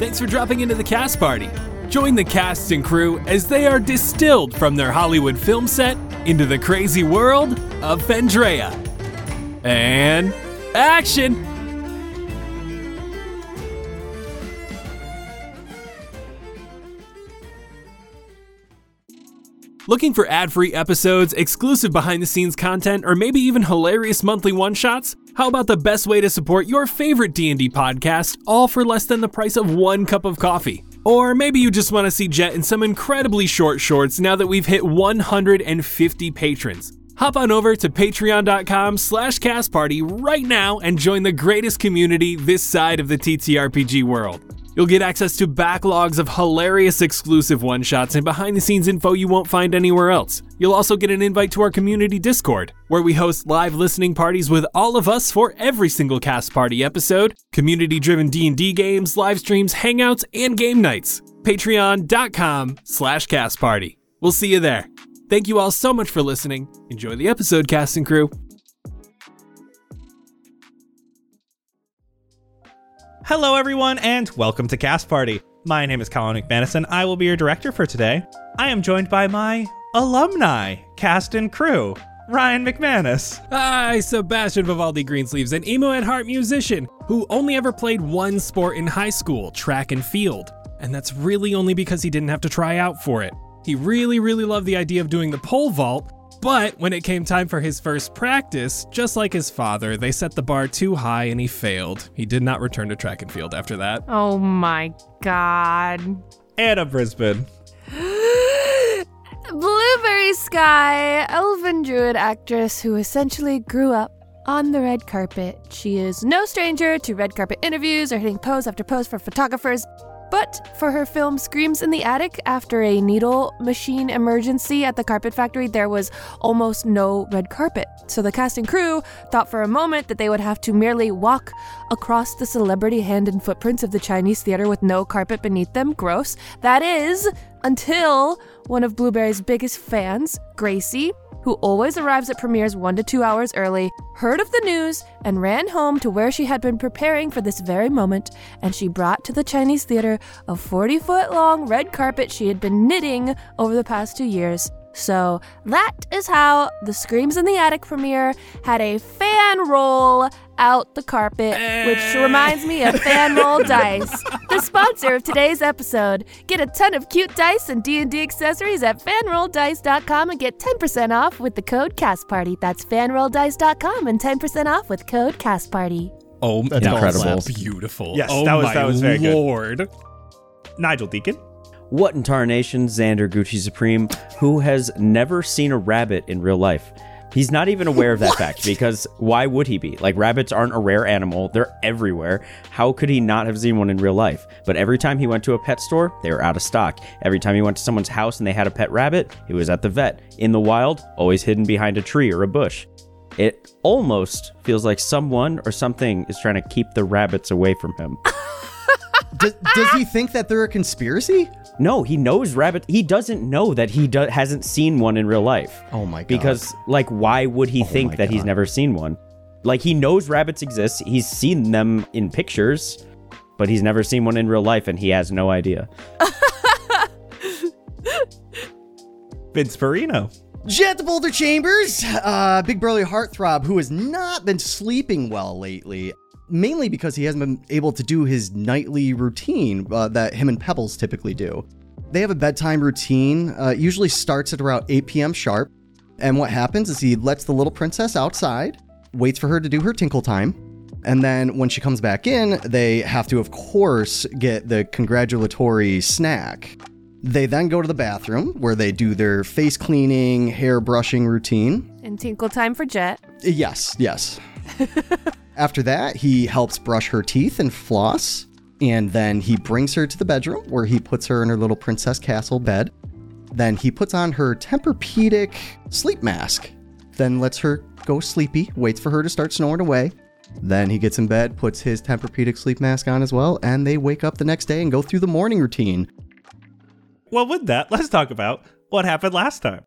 Thanks for dropping into the cast party. Join the cast and crew as they are distilled from their Hollywood film set into the crazy world of Fendrea. And action! Looking for ad free episodes, exclusive behind the scenes content, or maybe even hilarious monthly one shots? How about the best way to support your favorite D&D podcast, all for less than the price of one cup of coffee? Or maybe you just want to see Jet in some incredibly short shorts now that we've hit 150 patrons. Hop on over to patreon.com slash castparty right now and join the greatest community this side of the TTRPG world. You'll get access to backlogs of hilarious exclusive one shots and behind the scenes info you won't find anywhere else. You'll also get an invite to our community Discord, where we host live listening parties with all of us for every single cast party episode, community driven D&D games, live streams, hangouts, and game nights. Patreon.com slash cast party. We'll see you there. Thank you all so much for listening. Enjoy the episode, cast and crew. Hello, everyone, and welcome to Cast Party. My name is Colin McManus, and I will be your director for today. I am joined by my alumni, cast and crew, Ryan McManus. Hi, Sebastian Vivaldi Greensleeves, an emo at heart musician who only ever played one sport in high school track and field. And that's really only because he didn't have to try out for it. He really, really loved the idea of doing the pole vault, but when it came time for his first practice, just like his father, they set the bar too high and he failed. He did not return to track and field after that. Oh my god. Anna Brisbane. Blueberry Sky, elven druid actress who essentially grew up on the red carpet. She is no stranger to red carpet interviews or hitting pose after pose for photographers, but for her film Screams in the Attic, after a needle machine emergency at the carpet factory, there was almost no red carpet. So the cast and crew thought for a moment that they would have to merely walk across the celebrity hand and footprints of the Chinese theater with no carpet beneath them. Gross. That is, until one of Blueberry's biggest fans, Gracie, who always arrives at premieres one to two hours early, heard of the news and ran home to where she had been preparing for this very moment, and she brought to the Chinese theater a 40 foot long red carpet she had been knitting over the past two years. So that is how the Screams in the Attic premiere had a fan roll out the carpet, which reminds me of fan roll dice, the sponsor of today's episode. Get a ton of cute dice and D&D accessories at fanrolldice.com and get 10% off with the code CASTPARTY. That's fanrolldice.com and 10% off with code CASTPARTY. Oh, that's incredible. beautiful. Yes, oh that was- my that was very good. lord. Nigel Deacon. What in tarnation, Xander Gucci Supreme, who has never seen a rabbit in real life? He's not even aware of that fact because why would he be? Like, rabbits aren't a rare animal, they're everywhere. How could he not have seen one in real life? But every time he went to a pet store, they were out of stock. Every time he went to someone's house and they had a pet rabbit, it was at the vet. In the wild, always hidden behind a tree or a bush. It almost feels like someone or something is trying to keep the rabbits away from him. does, does he think that they're a conspiracy? No, he knows rabbit. He doesn't know that he do- hasn't seen one in real life. Oh my God. Oh Because like, why would he think that he's never seen one? Like he knows rabbits exist. He's seen them in pictures, but he's never seen one in real life, and he has no idea. Vince Perino. Jet the Boulder Chambers, uh, big burly heartthrob who has not been sleeping well lately, mainly because he hasn't been able to do his nightly routine uh, that him and Pebbles typically do. They have a bedtime routine, uh, usually starts at around 8 p.m. sharp. And what happens is he lets the little princess outside, waits for her to do her tinkle time. And then when she comes back in, they have to, of course, get the congratulatory snack. They then go to the bathroom where they do their face cleaning, hair brushing routine. And tinkle time for Jet. Yes, yes. After that, he helps brush her teeth and floss. And then he brings her to the bedroom where he puts her in her little princess castle bed. Then he puts on her Tempur-Pedic sleep mask. Then lets her go sleepy, waits for her to start snoring away. Then he gets in bed, puts his Tempur-Pedic sleep mask on as well, and they wake up the next day and go through the morning routine. Well, with that, let's talk about what happened last time.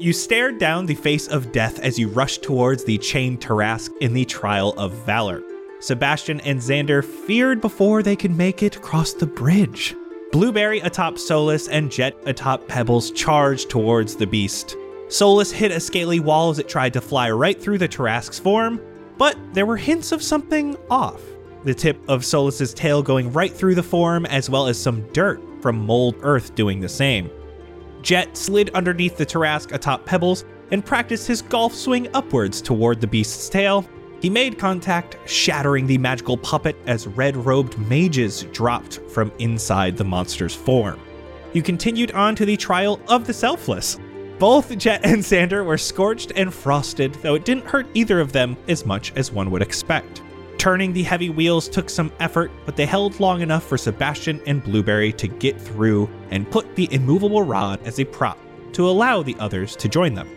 You stared down the face of death as you rushed towards the chained Tarrasque in the Trial of Valor. Sebastian and Xander feared before they could make it across the bridge. Blueberry atop Solus and Jet atop Pebbles charged towards the beast. Solus hit a scaly wall as it tried to fly right through the Tarrasque's form, but there were hints of something off. The tip of Solus's tail going right through the form, as well as some dirt from mold earth doing the same. Jet slid underneath the Tarrasque atop pebbles and practiced his golf swing upwards toward the beast's tail. He made contact, shattering the magical puppet as red robed mages dropped from inside the monster's form. You continued on to the trial of the selfless. Both Jet and Sander were scorched and frosted, though it didn't hurt either of them as much as one would expect. Turning the heavy wheels took some effort, but they held long enough for Sebastian and Blueberry to get through and put the immovable rod as a prop to allow the others to join them.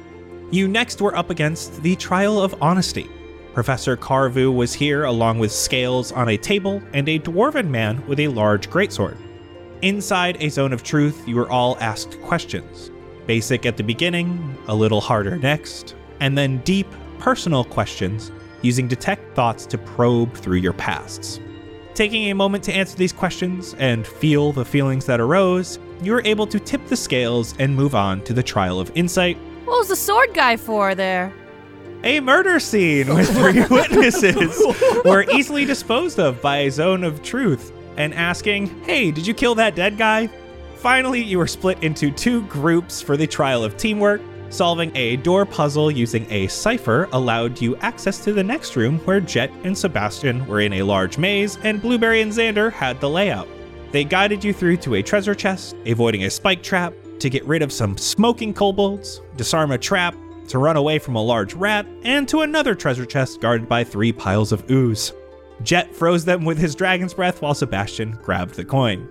You next were up against the Trial of Honesty. Professor Carvu was here along with scales on a table and a dwarven man with a large greatsword. Inside a zone of truth, you were all asked questions. Basic at the beginning, a little harder next, and then deep, personal questions using detect thoughts to probe through your pasts. Taking a moment to answer these questions and feel the feelings that arose, you were able to tip the scales and move on to the trial of insight, What was the sword guy for there? a murder scene with three witnesses were easily disposed of by a zone of truth and asking, Hey, did you kill that dead guy? Finally, you were split into two groups for the trial of teamwork. Solving a door puzzle using a cipher allowed you access to the next room where Jet and Sebastian were in a large maze and Blueberry and Xander had the layout. They guided you through to a treasure chest, avoiding a spike trap, to get rid of some smoking kobolds, disarm a trap, to run away from a large rat, and to another treasure chest guarded by three piles of ooze. Jet froze them with his dragon's breath while Sebastian grabbed the coin.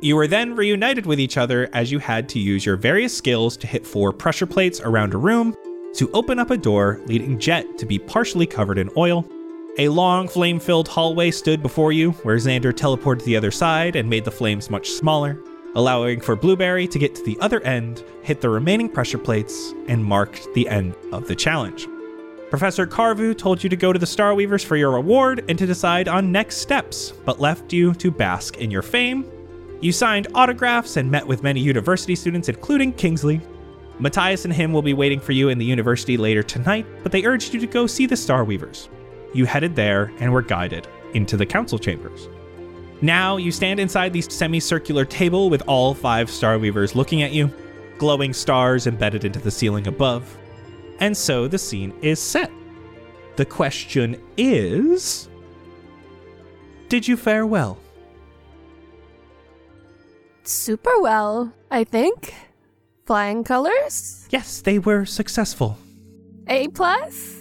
You were then reunited with each other as you had to use your various skills to hit four pressure plates around a room to open up a door leading Jet to be partially covered in oil. A long flame filled hallway stood before you, where Xander teleported to the other side and made the flames much smaller, allowing for Blueberry to get to the other end, hit the remaining pressure plates, and marked the end of the challenge. Professor Carvu told you to go to the Starweavers for your reward and to decide on next steps, but left you to bask in your fame. You signed autographs and met with many university students, including Kingsley. Matthias and him will be waiting for you in the university later tonight, but they urged you to go see the Starweavers. You headed there and were guided into the council chambers. Now you stand inside the semicircular table with all five Starweavers looking at you, glowing stars embedded into the ceiling above. And so the scene is set. The question is Did you fare well? Super well, I think. Flying colors? Yes, they were successful. A plus?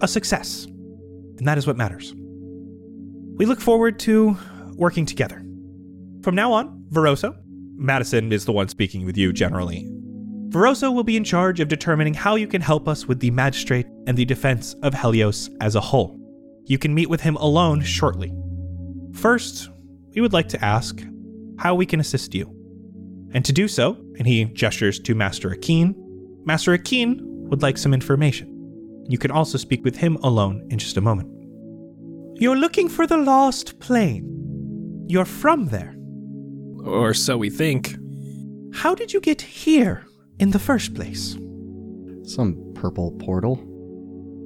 a success. And that is what matters. We look forward to working together. From now on, Veroso, Madison is the one speaking with you generally. Veroso will be in charge of determining how you can help us with the magistrate and the defense of Helios as a whole. You can meet with him alone shortly. First, we would like to ask how we can assist you. And to do so, and he gestures to Master Akeen, Master Akeen would like some information. You can also speak with him alone in just a moment. You're looking for the lost plane. You're from there. Or so we think. How did you get here in the first place? Some purple portal.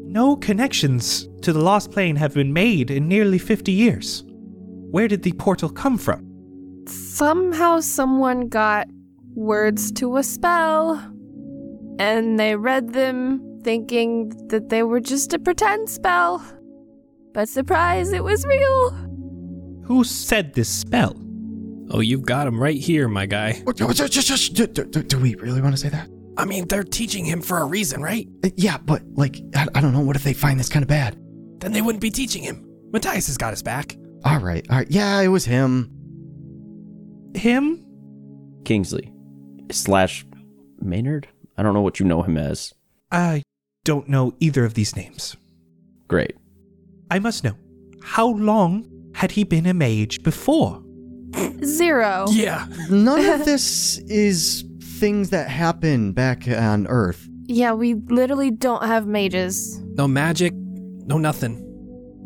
No connections to the lost plane have been made in nearly 50 years. Where did the portal come from? Somehow someone got words to a spell and they read them thinking that they were just a pretend spell. But surprise, it was real. Who said this spell? Oh, you've got him right here, my guy. Do, do- do we really want to say that? I mean, they're teaching him for a reason, right? Uh, Yeah, but like, I, I don't know. What if they find this kind of bad? Then they wouldn't be teaching him. Matthias has got his back. All right, all right. Yeah, it was him. Him? Kingsley slash Maynard. I don't know what you know him as. I don't know either of these names. Great. I must know. How long had he been a mage before? Zero. Yeah. None of this is things that happen back on Earth. Yeah, we literally don't have mages. No magic, no nothing.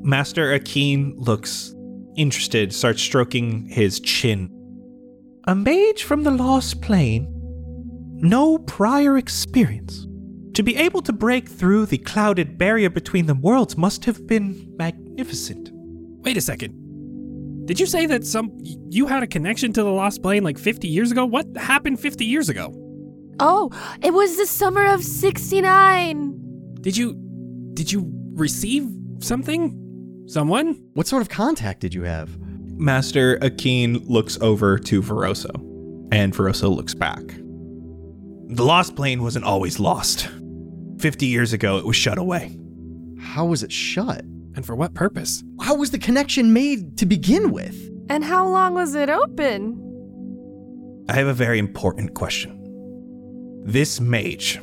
Master Akeen looks interested, starts stroking his chin. A mage from the Lost Plane, no prior experience. To be able to break through the clouded barrier between the worlds must have been magnificent. Wait a second. Did you say that some you had a connection to the lost plane like 50 years ago? What happened 50 years ago? Oh, it was the summer of 69. Did you did you receive something? Someone? What sort of contact did you have? Master Akeen looks over to Veroso, and Veroso looks back. The Lost Plane wasn't always lost. 50 years ago, it was shut away. How was it shut? And for what purpose? How was the connection made to begin with? And how long was it open? I have a very important question. This mage,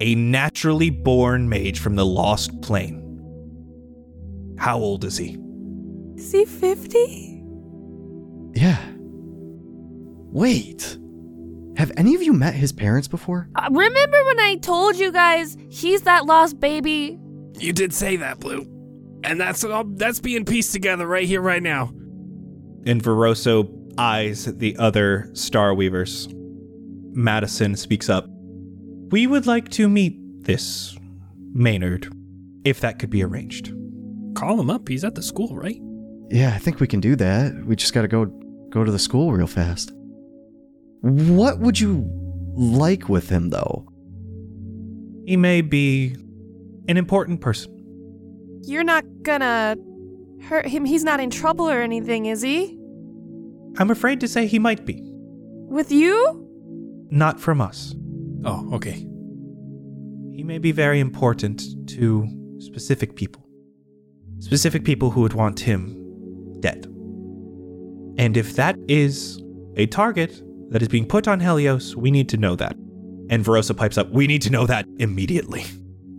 a naturally born mage from the Lost Plane, how old is he? Is he 50? Yeah. Wait. Have any of you met his parents before? Uh, remember when I told you guys he's that lost baby? You did say that, Blue. And that's all that's being pieced together right here right now. And Veroso eyes the other Star Weavers. Madison speaks up. We would like to meet this Maynard, if that could be arranged. Call him up. He's at the school, right? Yeah, I think we can do that. We just gotta go go to the school real fast. What would you like with him though? He may be an important person. You're not gonna hurt him. He's not in trouble or anything, is he? I'm afraid to say he might be. With you? Not from us. Oh, okay. He may be very important to specific people. Specific people who would want him dead. And if that is a target that is being put on Helios, we need to know that. And Verosa pipes up, we need to know that immediately.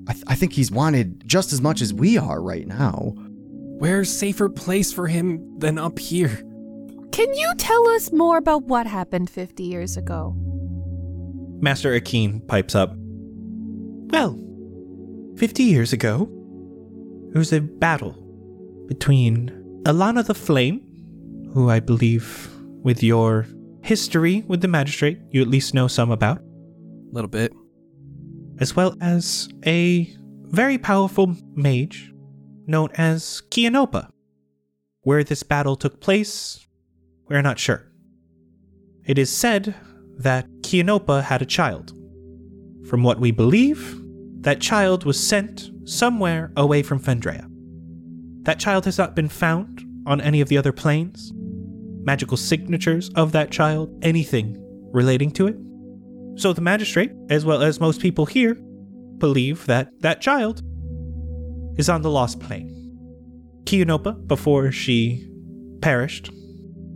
I, th- I think he's wanted just as much as we are right now. Where's safer place for him than up here? Can you tell us more about what happened 50 years ago? Master Akeen pipes up. Well, 50 years ago, there was a battle between Alana the Flame, who I believe, with your history with the magistrate, you at least know some about, little bit. as well as a very powerful mage known as Kianopa. Where this battle took place, we're not sure. It is said that Kianopa had a child. From what we believe, that child was sent somewhere away from Fendrea. That child has not been found on any of the other planes. Magical signatures of that child, anything relating to it. So the magistrate, as well as most people here, believe that that child is on the lost plane. Kiyonopa, before she perished,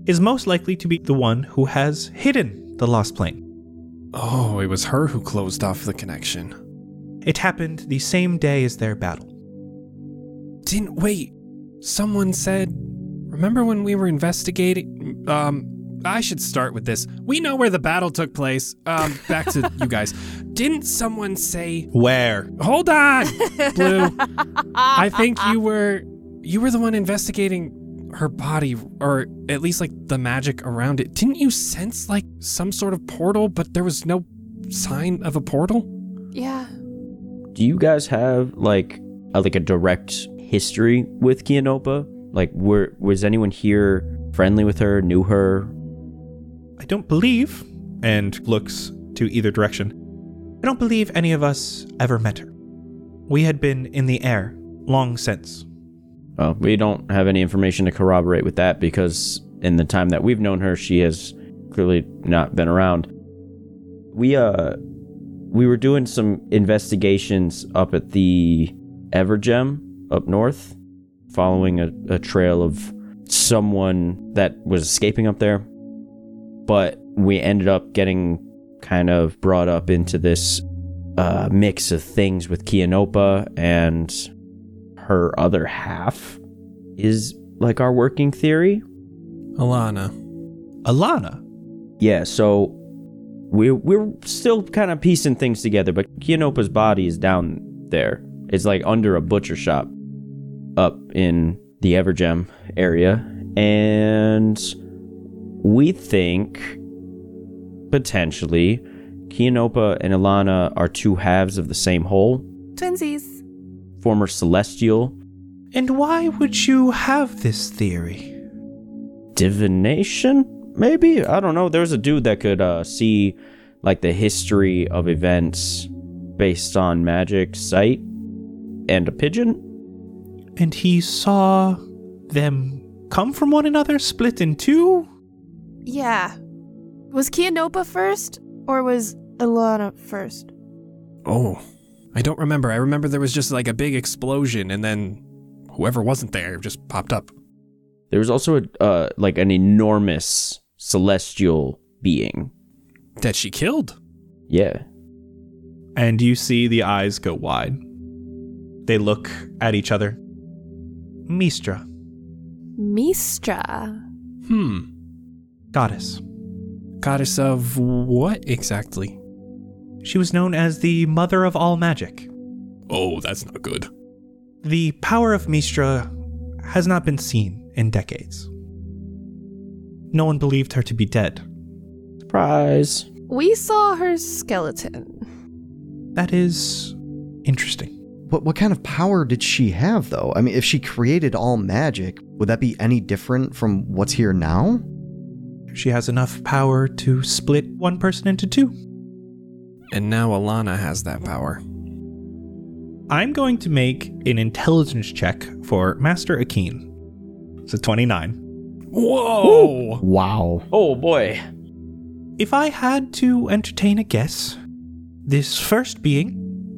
is most likely to be the one who has hidden the lost plane. Oh, it was her who closed off the connection. It happened the same day as their battle. Didn't wait. Someone said, "Remember when we were investigating um I should start with this. We know where the battle took place. Um, back to you guys. Didn't someone say Where? Hold on, Blue. I think you were you were the one investigating her body or at least like the magic around it. Didn't you sense like some sort of portal but there was no sign of a portal? Yeah. Do you guys have like a, like a direct history with Kianopa? Like, were was anyone here friendly with her? Knew her? I don't believe. And looks to either direction. I don't believe any of us ever met her. We had been in the air long since. Well, we don't have any information to corroborate with that because in the time that we've known her, she has clearly not been around. We uh we were doing some investigations up at the Evergem up north, following a, a trail of someone that was escaping up there. But we ended up getting kind of brought up into this uh, mix of things with Kianopa and her other half is like our working theory. Alana. Alana. Yeah, so we're we're still kind of piecing things together, but Kianopa's body is down there. It's like under a butcher shop up in the Evergem area. And we think potentially Kianopa and Ilana are two halves of the same whole, Twinsies. former celestial And why would you have this theory? divination maybe i don't know there's a dude that could uh, see like the history of events based on magic sight and a pigeon And he saw them come from one another, split in two? Yeah. Was Kianopa first or was Ilana first? Oh. I don't remember. I remember there was just like a big explosion and then whoever wasn't there just popped up. there was also a uh, like an enormous celestial being That she killed. yeah And you see the eyes go wide. They look at each other. Mistra, Mistra. Hmm. goddess. Goddess of what exactly? She was known as the mother of all magic. Oh, that's not good. The power of Mistra has not been seen in decades. No one believed her to be dead. surprise We saw her skeleton. That is interesting. What what kind of power did she have though? I mean, if she created all magic, would that be any different from what's here now? She has enough power to split one person into two. And now Alana has that power. I'm going to make an intelligence check for Master Akeen. So 29. Whoa! Wow. oh boy If I had to entertain a guess, this first being,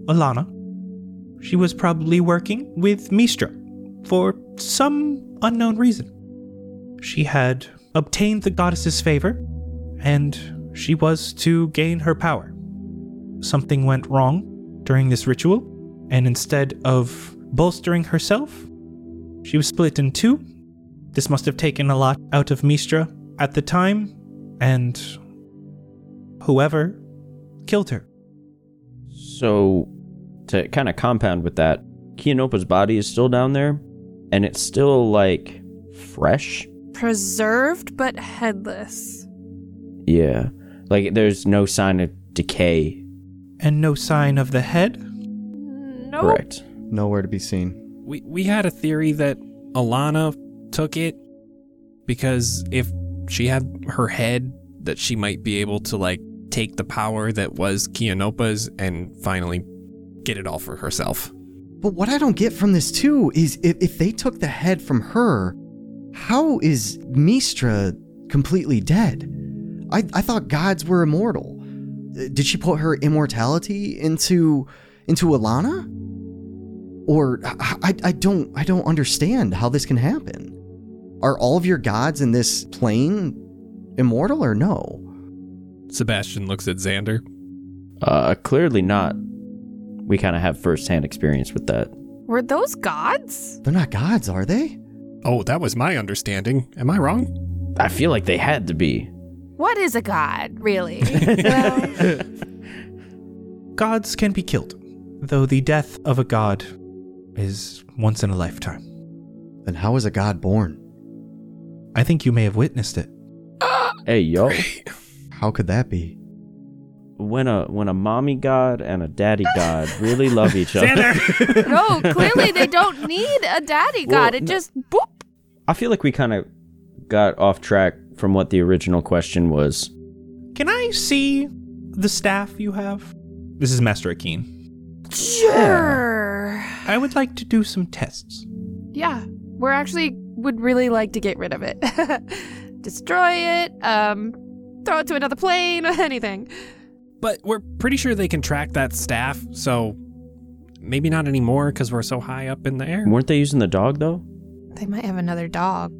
Alana, she was probably working with Mistra for some unknown reason. She had obtained the goddess's favor, and she was to gain her power. Something went wrong during this ritual, and instead of bolstering herself, she was split in two. This must have taken a lot out of Mistra at the time, and whoever killed her. So, to kind of compound with that, Kianopa's body is still down there, and it's still like fresh. Preserved but headless. Yeah. Like, there's no sign of decay. And no sign of the head? Nope. Correct. Nowhere to be seen. We we had a theory that Alana took it because if she had her head that she might be able to like take the power that was Kianopa's and finally get it all for herself. But what I don't get from this too is if, if they took the head from her, how is Mistra completely dead? I, I thought gods were immortal. Uh, Did she put her immortality into into Alana? Or I, I, I don't I don't understand how this can happen. Are all of your gods in this plane immortal or no? Sebastian looks at Xander. Uh, clearly not. We kind of have firsthand experience with that. Were those gods? They're not gods, are they? Oh, that was my understanding. Am I wrong? I feel like they had to be. What is a god, really? well, Gods can be killed, though the death of a god is once in a lifetime. Then how is a god born? I think you may have witnessed it. Hey yo, How could that be? when a when a mommy god and a daddy god really love each other, no, clearly they don't need a daddy god. Well, it no- just boop. I feel like we kind of got off track from what the original question was. Can I see the staff you have? This is Master Akeen. Sure. I would like to do some tests. Yeah, we're actually would really like to get rid of it. Destroy it, um, throw it to another plane, anything. But we're pretty sure they can track that staff, so maybe not anymore because we're so high up in the air. Weren't they using the dog though? They might have another dog.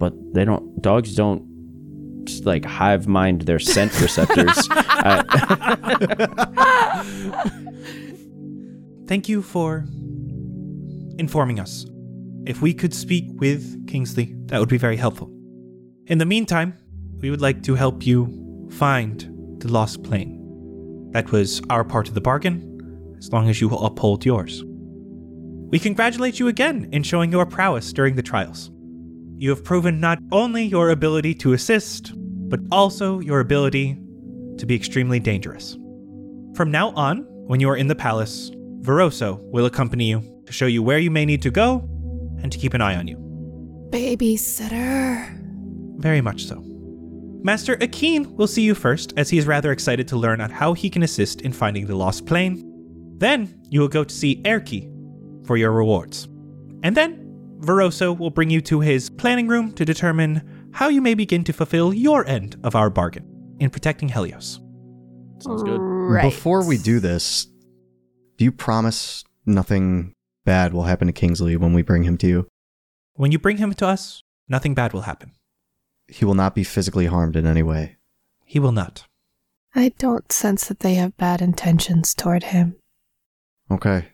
But they don't. Dogs don't just, like hive mind their scent receptors. I, Thank you for informing us. If we could speak with Kingsley, that would be very helpful. In the meantime, we would like to help you find the lost plane. That was our part of the bargain, as long as you will uphold yours. We congratulate you again in showing your prowess during the trials. You have proven not only your ability to assist, but also your ability to be extremely dangerous. From now on, when you are in the palace, Veroso will accompany you to show you where you may need to go and to keep an eye on you. Babysitter. Very much so. Master Akeen will see you first, as he is rather excited to learn on how he can assist in finding the lost plane. Then you will go to see Erki for your rewards. And then Veroso will bring you to his planning room to determine how you may begin to fulfill your end of our bargain in protecting Helios. sounds good. Right. Before we do this, do you promise nothing bad will happen to Kingsley when we bring him to you? When you bring him to us, nothing bad will happen. He will not be physically harmed in any way. He will not. I don't sense that they have bad intentions toward him. Okay.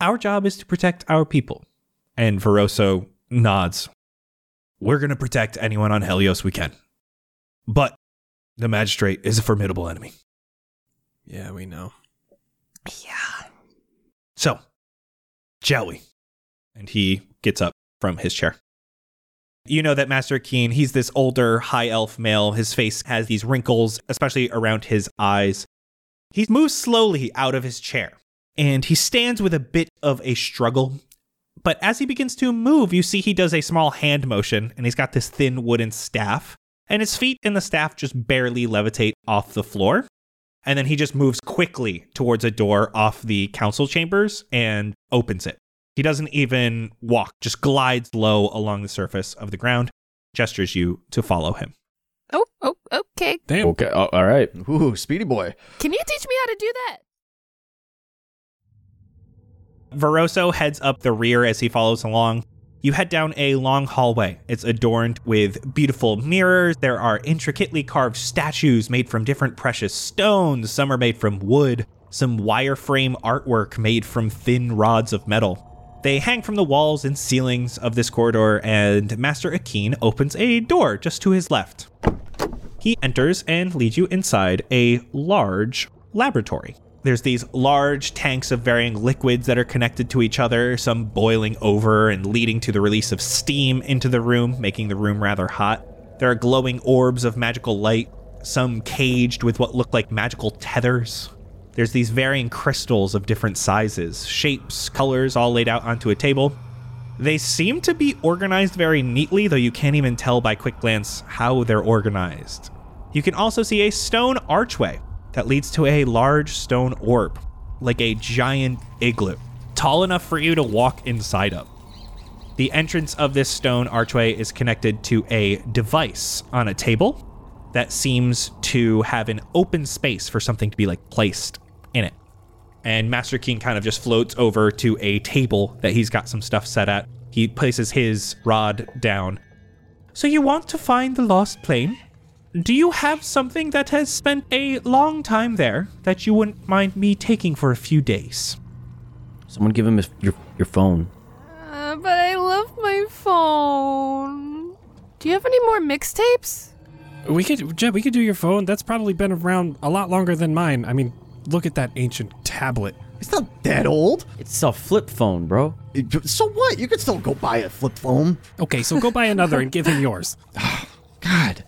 Our job is to protect our people. And Veroso nods. We're going to protect anyone on Helios we can. But the magistrate is a formidable enemy. Yeah, we know. Yeah. So, shall we? And he gets up from his chair. You know that Master Keen, he's this older high elf male. His face has these wrinkles, especially around his eyes. He moves slowly out of his chair and he stands with a bit of a struggle. But as he begins to move, you see he does a small hand motion and he's got this thin wooden staff. And his feet and the staff just barely levitate off the floor. And then he just moves quickly towards a door off the council chambers and opens it. He doesn't even walk, just glides low along the surface of the ground, gestures you to follow him. Oh, oh, okay. Damn. Okay. oh, all right. Ooh, Speedy Boy. Can you teach me how to do that? Veroso heads up the rear as he follows along. You head down a long hallway. It's adorned with beautiful mirrors. There are intricately carved statues made from different precious stones. Some are made from wood, some wireframe artwork made from thin rods of metal. They hang from the walls and ceilings of this corridor, and Master Akeen opens a door just to his left. He enters and leads you inside a large laboratory. There's these large tanks of varying liquids that are connected to each other, some boiling over and leading to the release of steam into the room, making the room rather hot. There are glowing orbs of magical light, some caged with what look like magical tethers. There's these varying crystals of different sizes, shapes, colors, all laid out onto a table. They seem to be organized very neatly, though you can't even tell by quick glance how they're organized. You can also see a stone archway that leads to a large stone orb, like a giant igloo, tall enough for you to walk inside of. The entrance of this stone archway is connected to a device on a table that seems to have an open space for something to be like placed in it and Master King kind of just floats over to a table that he's got some stuff set at. He places his rod down. So you want to find the lost plane? Do you have something that has spent a long time there that you wouldn't mind me taking for a few days? Someone give him his, your your phone. Uh, but I love my phone. Do you have any more mixtapes? We could, Jeb, we could do your phone. That's probably been around a lot longer than mine. I mean, look at that ancient tablet. It's not that old. It's a flip phone, bro. It- So what? You could still go buy a flip phone. Okay, so go buy another and give him yours. God.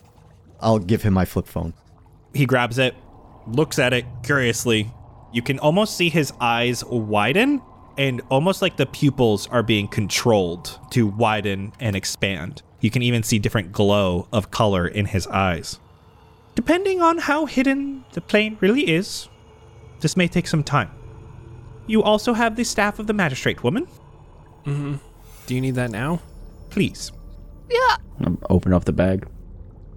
I'll give him my flip phone. He grabs it, looks at it curiously. You can almost see his eyes widen and almost like the pupils are being controlled to widen and expand. You can even see different glow of color in his eyes. Depending on how hidden the plane really is, this may take some time. You also have the staff of the magistrate woman. Do you need that now? Please. Yeah. Um, Open up the bag.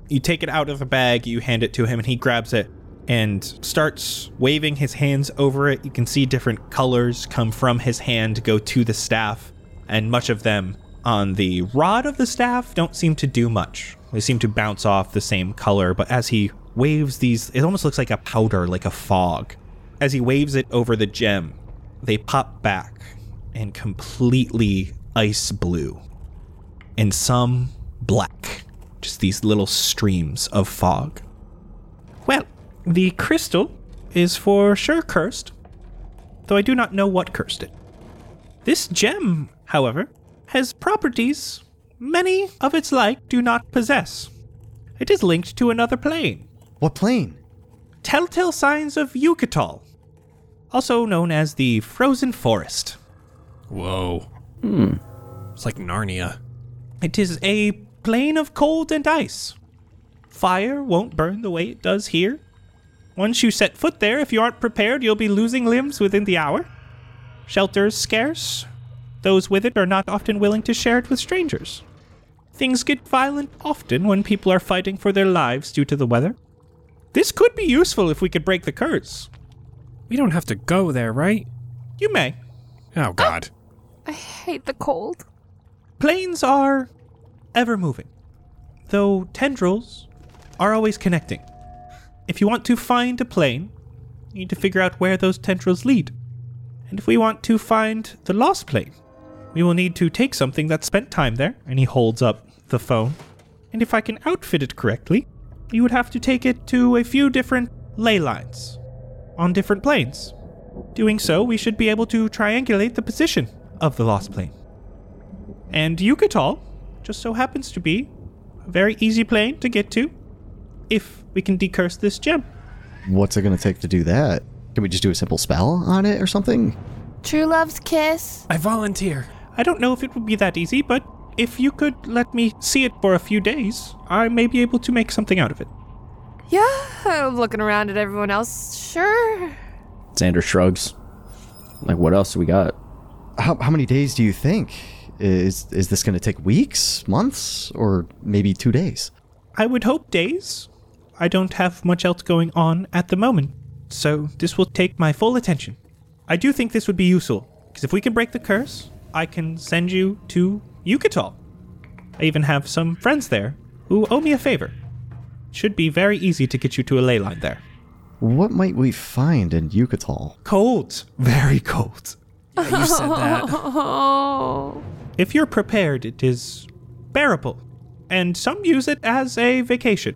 You take it out of the bag, you hand it to him, and he grabs it and starts waving his hands over it. You can see different colors come from his hand, go to the staff, and much of them on the rod of the staff don't seem to do much. They seem to bounce off the same color, but as he waves these, it almost looks like a powder, like a fog. As he waves it over the gem, they pop back and completely ice blue and some black, just these little streams of fog. Well, the crystal is for sure cursed, though I do not know what cursed it. This gem, however, has properties many of its like do not possess. It is linked to another plane, What plane? telltale signs of Yucatol, also known as the Frozen Forest. Whoa. Hmm. It's like Narnia. It is a plane of cold and ice. Fire won't burn the way it does here. Once you set foot there, if you aren't prepared, you'll be losing limbs within the hour. Shelter is scarce. Those with it are not often willing to share it with strangers. Things get violent often when people are fighting for their lives due to the weather. This could be useful if we could break the curse. We don't have to go there, right? You may. Oh, God. I hate the cold. Planes are ever moving, though tendrils are always connecting. If you want to find a plane, you need to figure out where those tendrils lead. And if we want to find the lost plane, we will need to take something that spent time there, and he holds up the phone. And if I can outfit it correctly, you would have to take it to a few different ley lines on different planes. Doing so, we should be able to triangulate the position of the lost plane. And Yucatol just so happens to be a very easy plane to get to if we can decurse this gem. What's it going to take to do that? Can we just do a simple spell on it or something? True love's kiss. I volunteer. I don't know if it would be that easy, but if you could let me see it for a few days, I may be able to make something out of it. Yeah. I'm looking around at everyone else. Sure. Xander shrugs. Like, what else we got? How, how many days do you think? Is is this going to take weeks, months, or maybe two days? I would hope days. I don't have much else going on at the moment, so this will take my full attention. I do think this would be useful, because if we can break the curse, I can send you to Yucatol. I even have some friends there who owe me a favor. Should be very easy to get you to a ley line there. What might we find in Yucatol? Cold, very cold. Yeah, you said that. Oh. If you're prepared, it is bearable, and some use it as a vacation.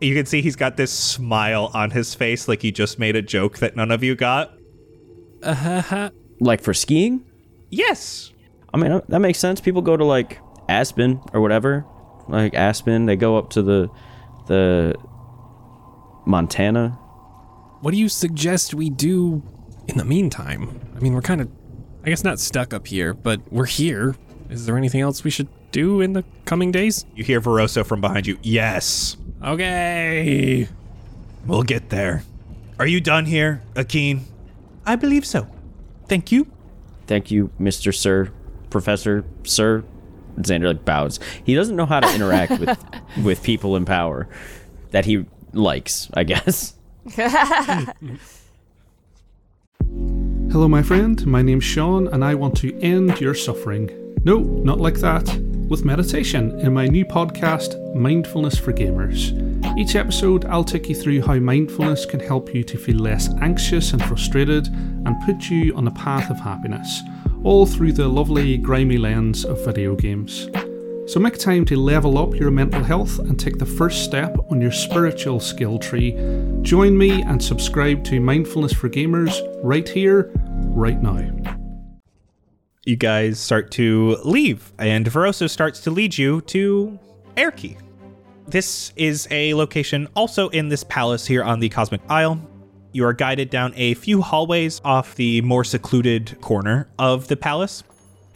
You can see he's got this smile on his face, like he just made a joke that none of you got. Uh-huh. Like for skiing? Yes, I mean, uh, that makes sense. People go to like Aspen or whatever, like Aspen. They go up to the the Montana. What do you suggest we do in the meantime? I mean, we're kind of, I guess, not stuck up here, but we're here. Is there anything else we should do in the coming days? you hear Veroso from behind you. Yes, Okay. we'll get there. Are you done here, Akeen? I believe so. Thank you. Thank you, Mister Sir, Professor Sir. Xander like bows. He doesn't know how to interact with with people in power that he likes. I guess. Hello, my friend. My name's Sean, and I want to end your suffering. No, not like that. With meditation in my new podcast, Mindfulness for Gamers. Each episode, I'll take you through how mindfulness can help you to feel less anxious and frustrated and put you on a path of happiness, all through the lovely, grimy lens of video games. So make time to level up your mental health and take the first step on your spiritual skill tree. Join me and subscribe to Mindfulness for Gamers right here, right now. You guys start to leave, and Veroso starts to lead you to Erki. This is a location also in this palace here on the Cosmic Isle. You are guided down a few hallways off the more secluded corner of the palace.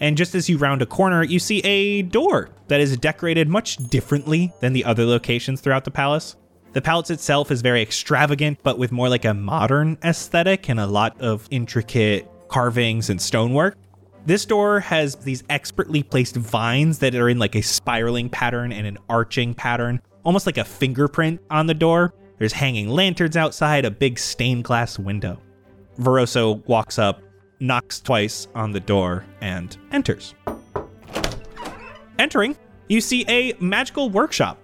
And just as you round a corner, you see a door that is decorated much differently than the other locations throughout the palace. The palace itself is very extravagant, but with more like a modern aesthetic and a lot of intricate carvings and stonework. This door has these expertly placed vines that are in like a spiraling pattern and an arching pattern, almost like a fingerprint on the door. There's hanging lanterns outside, a big stained glass window. Veroso walks up, knocks twice on the door, and enters. Entering, you see a magical workshop.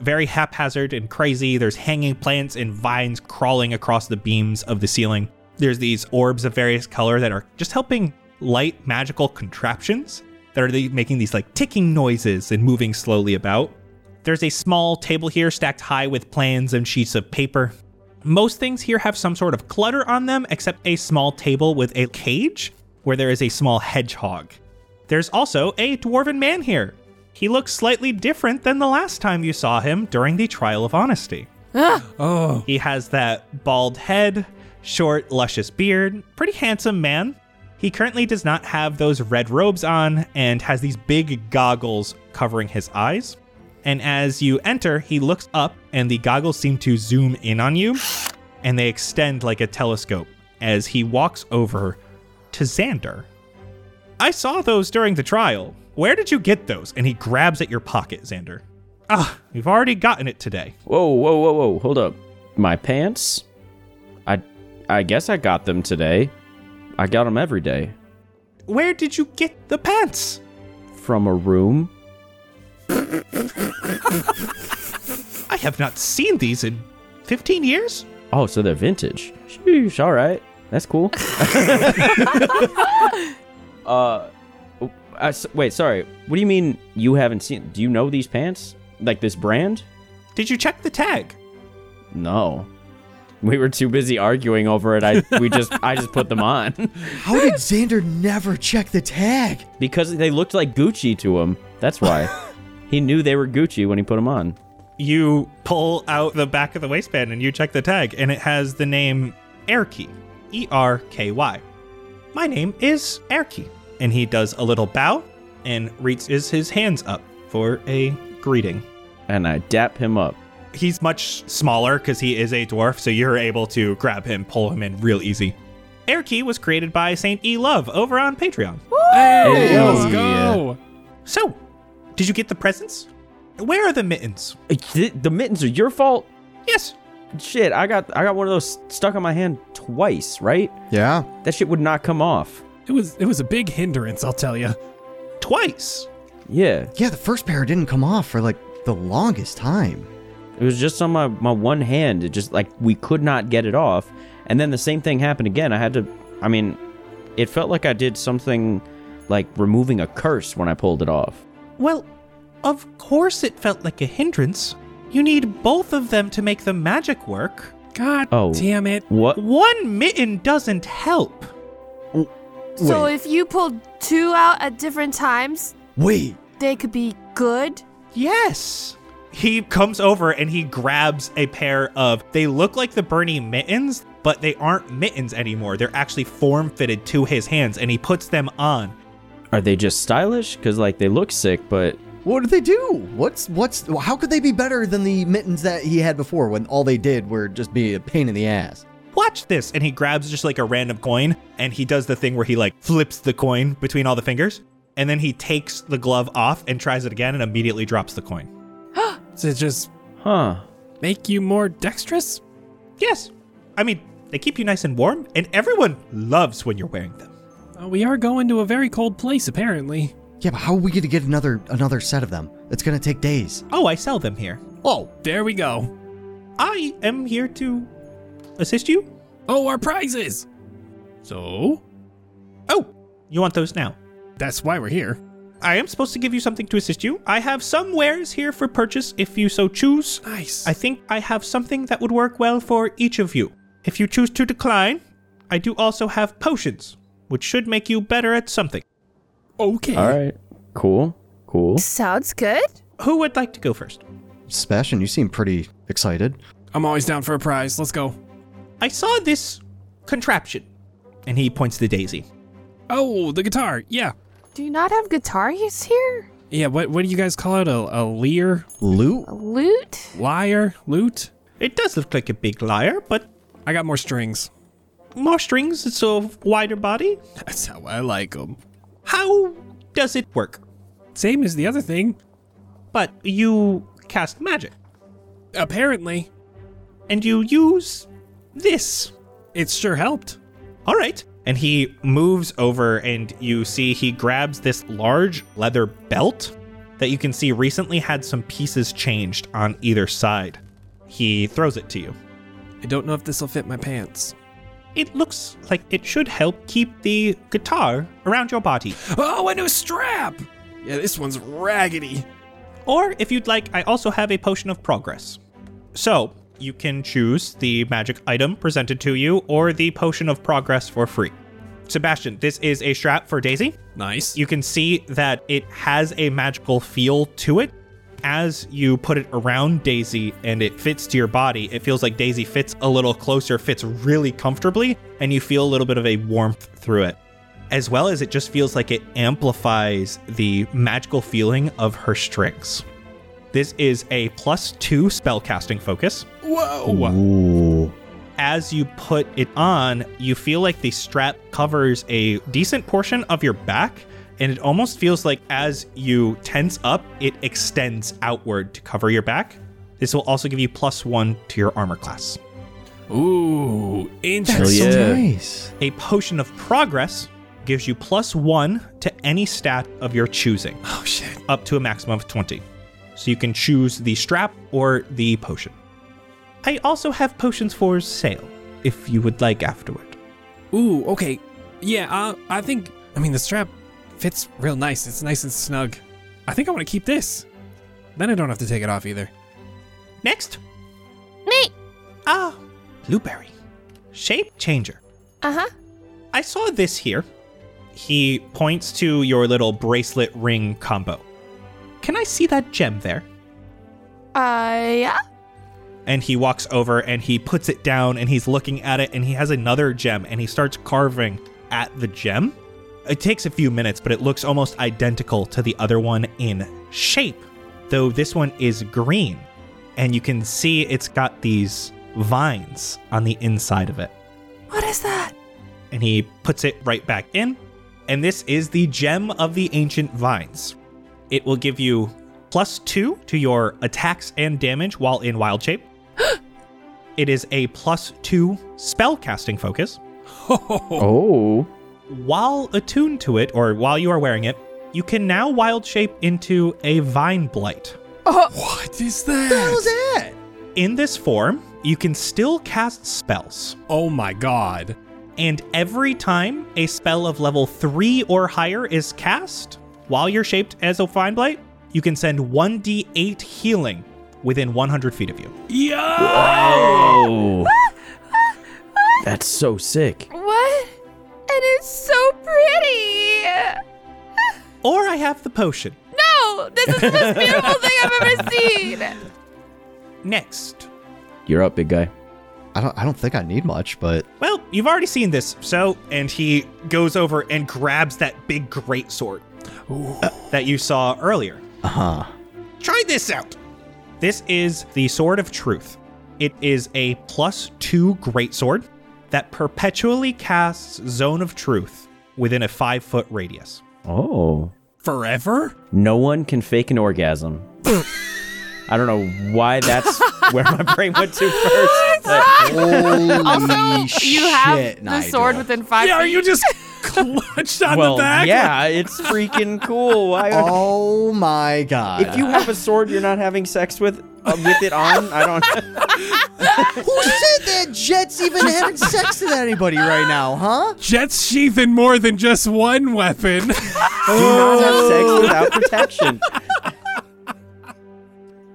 Very haphazard and crazy. There's hanging plants and vines crawling across the beams of the ceiling. There's these orbs of various color that are just helping light magical contraptions that are the- making these like ticking noises and moving slowly about. There's a small table here stacked high with plans and sheets of paper. Most things here have some sort of clutter on them, except a small table with a cage where there is a small hedgehog. There's also a dwarven man here. He looks slightly different than the last time you saw him during the Trial of Honesty. Oh, He has that bald head, short, luscious beard, pretty handsome man. He currently does not have those red robes on and has these big goggles covering his eyes. And as you enter, he looks up and the goggles seem to zoom in on you and they extend like a telescope as he walks over to Xander. I saw those during the trial. Where did you get those? And he grabs at your pocket, Xander. Ah, you've already gotten it today. Whoa, whoa, whoa, whoa! Hold up. My pants? I, I guess I got them today. I got them every day Where did you get the pants? from a room. I have not seen these in 15 years. Oh, so they're vintage. Sheesh, all right. That's cool. uh, I s wait, sorry. What do you mean you haven't seen? Do you know these pants? Like this brand? Did you check the tag? No. We were too busy arguing over it. I we just I just put them on How did Xander never check the tag? because they looked like Gucci to him. That's why he knew they were Gucci when he put them on. You pull out the back of the waistband and you check the tag, and it has the name Erky. E R K Y. My name is Erky. And he does a little bow and reaches his hands up for a greeting. And I dap him up. He's much smaller because he is a dwarf, so you're able to grab him, pull him in real easy. Erky was created by Saint E Love over on Patreon. hey, Hey. let's go. So, did you get the presents? Where are the mittens? Uh, th- The mittens are your fault. Yes. Shit, I got I got one of those stuck on my hand twice. Right? Yeah. That shit would not come off. It was it was a big hindrance, I'll tell you. Twice. Yeah. Yeah, the first pair didn't come off for like the longest time. It was just on my, my one hand. It just like we could not get it off. And then the same thing happened again. I had to I mean, it felt like I did something like removing a curse when I pulled it off. Well, of course it felt like a hindrance. You need both of them to make the magic work. God Oh. damn it. What One mitten doesn't help. So Wait. if you pulled two out at different times, Wait. they could be good. Yes. He comes over and he grabs a pair of, they look like the Bernie mittens, but they aren't mittens anymore. They're actually form fitted to his hands and he puts them on. are they just stylish cuz like they look sick, but What did they do? What's what's how could they be better than the mittens that he had before when all they did were just be a pain in the ass? watch this and he grabs just like a random coin and he does the thing where he like flips the coin between all the fingers and then he takes the glove off and tries it again and immediately drops the coin Does it just huh. make you more dexterous? yes i mean they keep you nice and warm and everyone loves when you're wearing them Uh, we are going to a very cold place, apparently. Yeah, but how are we gonna get another another set of them? It's gonna take days. oh i sell them here Oh, There we go. i am here to assist you Oh, our prizes. So oh you want those now that's why we're here. I am supposed to give you something to assist you. I have some wares here for purchase if you so choose. Nice. I think I have something that would work well for each of you. If you choose to decline, I do also have potions, which should make you better at something. okay. All right. Cool. Cool. Sounds good. Who would like to go first? Sebastian, you seem pretty excited. I'm always down for a prize. Let's go. I saw this contraption. And he points to Daisy. Oh, the guitar. Yeah. Do you not have guitars here? Yeah. What What do you guys call it? A, a leer, Loot? A lute? lyre, lute. It does look like a big lyre, but I got more strings. more strings, it's a wider body. That's how I like them. How does it work? Same as the other thing. But you cast magic, Apparently, and you use this. it sure helped. All right. And he moves over, and you see he grabs this large leather belt that you can see recently had some pieces changed on either side. He throws it to you. I don't know if this will fit my pants. It looks like it should help keep the guitar around your body. Oh, a new strap. Yeah, this one's raggedy. Or if you'd like, I also have a potion of progress. So you can choose the magic item presented to you or the potion of progress for free. Sebastian, this is a strap for Daisy. Nice. You can see that it has a magical feel to it. As you put it around Daisy and it fits to your body, it feels like Daisy fits a little closer, fits really comfortably, and you feel a little bit of a warmth through it. As well as it just feels like it amplifies the magical feeling of her strings. This is a plus two spellcasting focus Whoa. as you put it on, you feel like the strap covers a decent portion of your back. And it almost feels like as you tense up, it extends outward to cover your back. This will also give you plus one to your armor class. Ooh, Hell interesting. yeah. Nice. A potion of progress gives you plus one to any stat of your choosing, Oh shit. up to a maximum of 20. So you can choose the strap or the potion. I also have potions for sale if you would like afterward. Ooh, okay. Yeah, uh, I think, I mean, the strap fits real nice. It's nice and snug. I think I want to keep this. Then I don't have to take it off either. Next, Me. Ah, blueberry. Shape changer. Uh huh. I saw this here. He points to your little bracelet ring combo. Can I see that gem there? Uh, yeah. And he walks over and he puts it down and he's looking at it and he has another gem and he starts carving at the gem. It takes a few minutes, but it looks almost identical to the other one in shape, though this one is green. And you can see it's got these vines on the inside of it. What is that? and he puts it right back in. And this is the gem of the ancient vines. It will give you plus two to your attacks and damage while in wild shape. it is a plus two spell casting focus. Oh. While attuned to it, or while you are wearing it, you can now wild shape into a vine blight. What is that? How's that? In this form, you can still cast spells. Oh my god. And every time a spell of level 3 or higher is cast, while you're shaped as a Fine Blight, you can send 1d8 healing within 100 feet of you. Oh. That's so sick. What? It is so pretty. Or I have the potion. No, this is the most beautiful thing I've ever seen. Next. You're up, big guy. I don't, I don't think I need much, but Well, you've already seen this, so. And he goes over and grabs that big greatsword uh, that you saw earlier. uh huh. Try this out. This is the Sword of Truth. It is a plus two greatsword that perpetually casts Zone of Truth within a five foot radius. Oh. Forever? No one can fake an orgasm. I don't know why that's where my brain went to first. but- Holy also, you have shit, the sword Nigel. within five. Yeah, are feet. you just clutched on well, the back? yeah, it's freaking cool. Why? Oh my god. If you have a sword you're not having sex with, uh, with it on. I don't. Who said that Jet's even having sex with anybody right now, huh? Jet's sheathing more than just one weapon. Do not have sex without protection.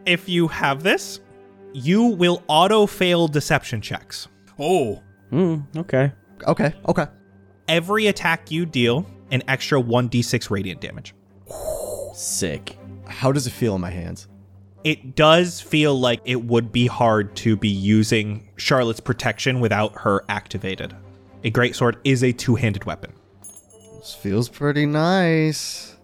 If you have this, you will auto fail deception checks. oh. Mm, okay. Okay, okay. Every attack you deal, an extra 1d6 radiant damage. Sick. How does it feel in my hands? It does feel like it would be hard to be using Charlotte's protection without her activated. A greatsword is a two handed weapon. This feels pretty nice.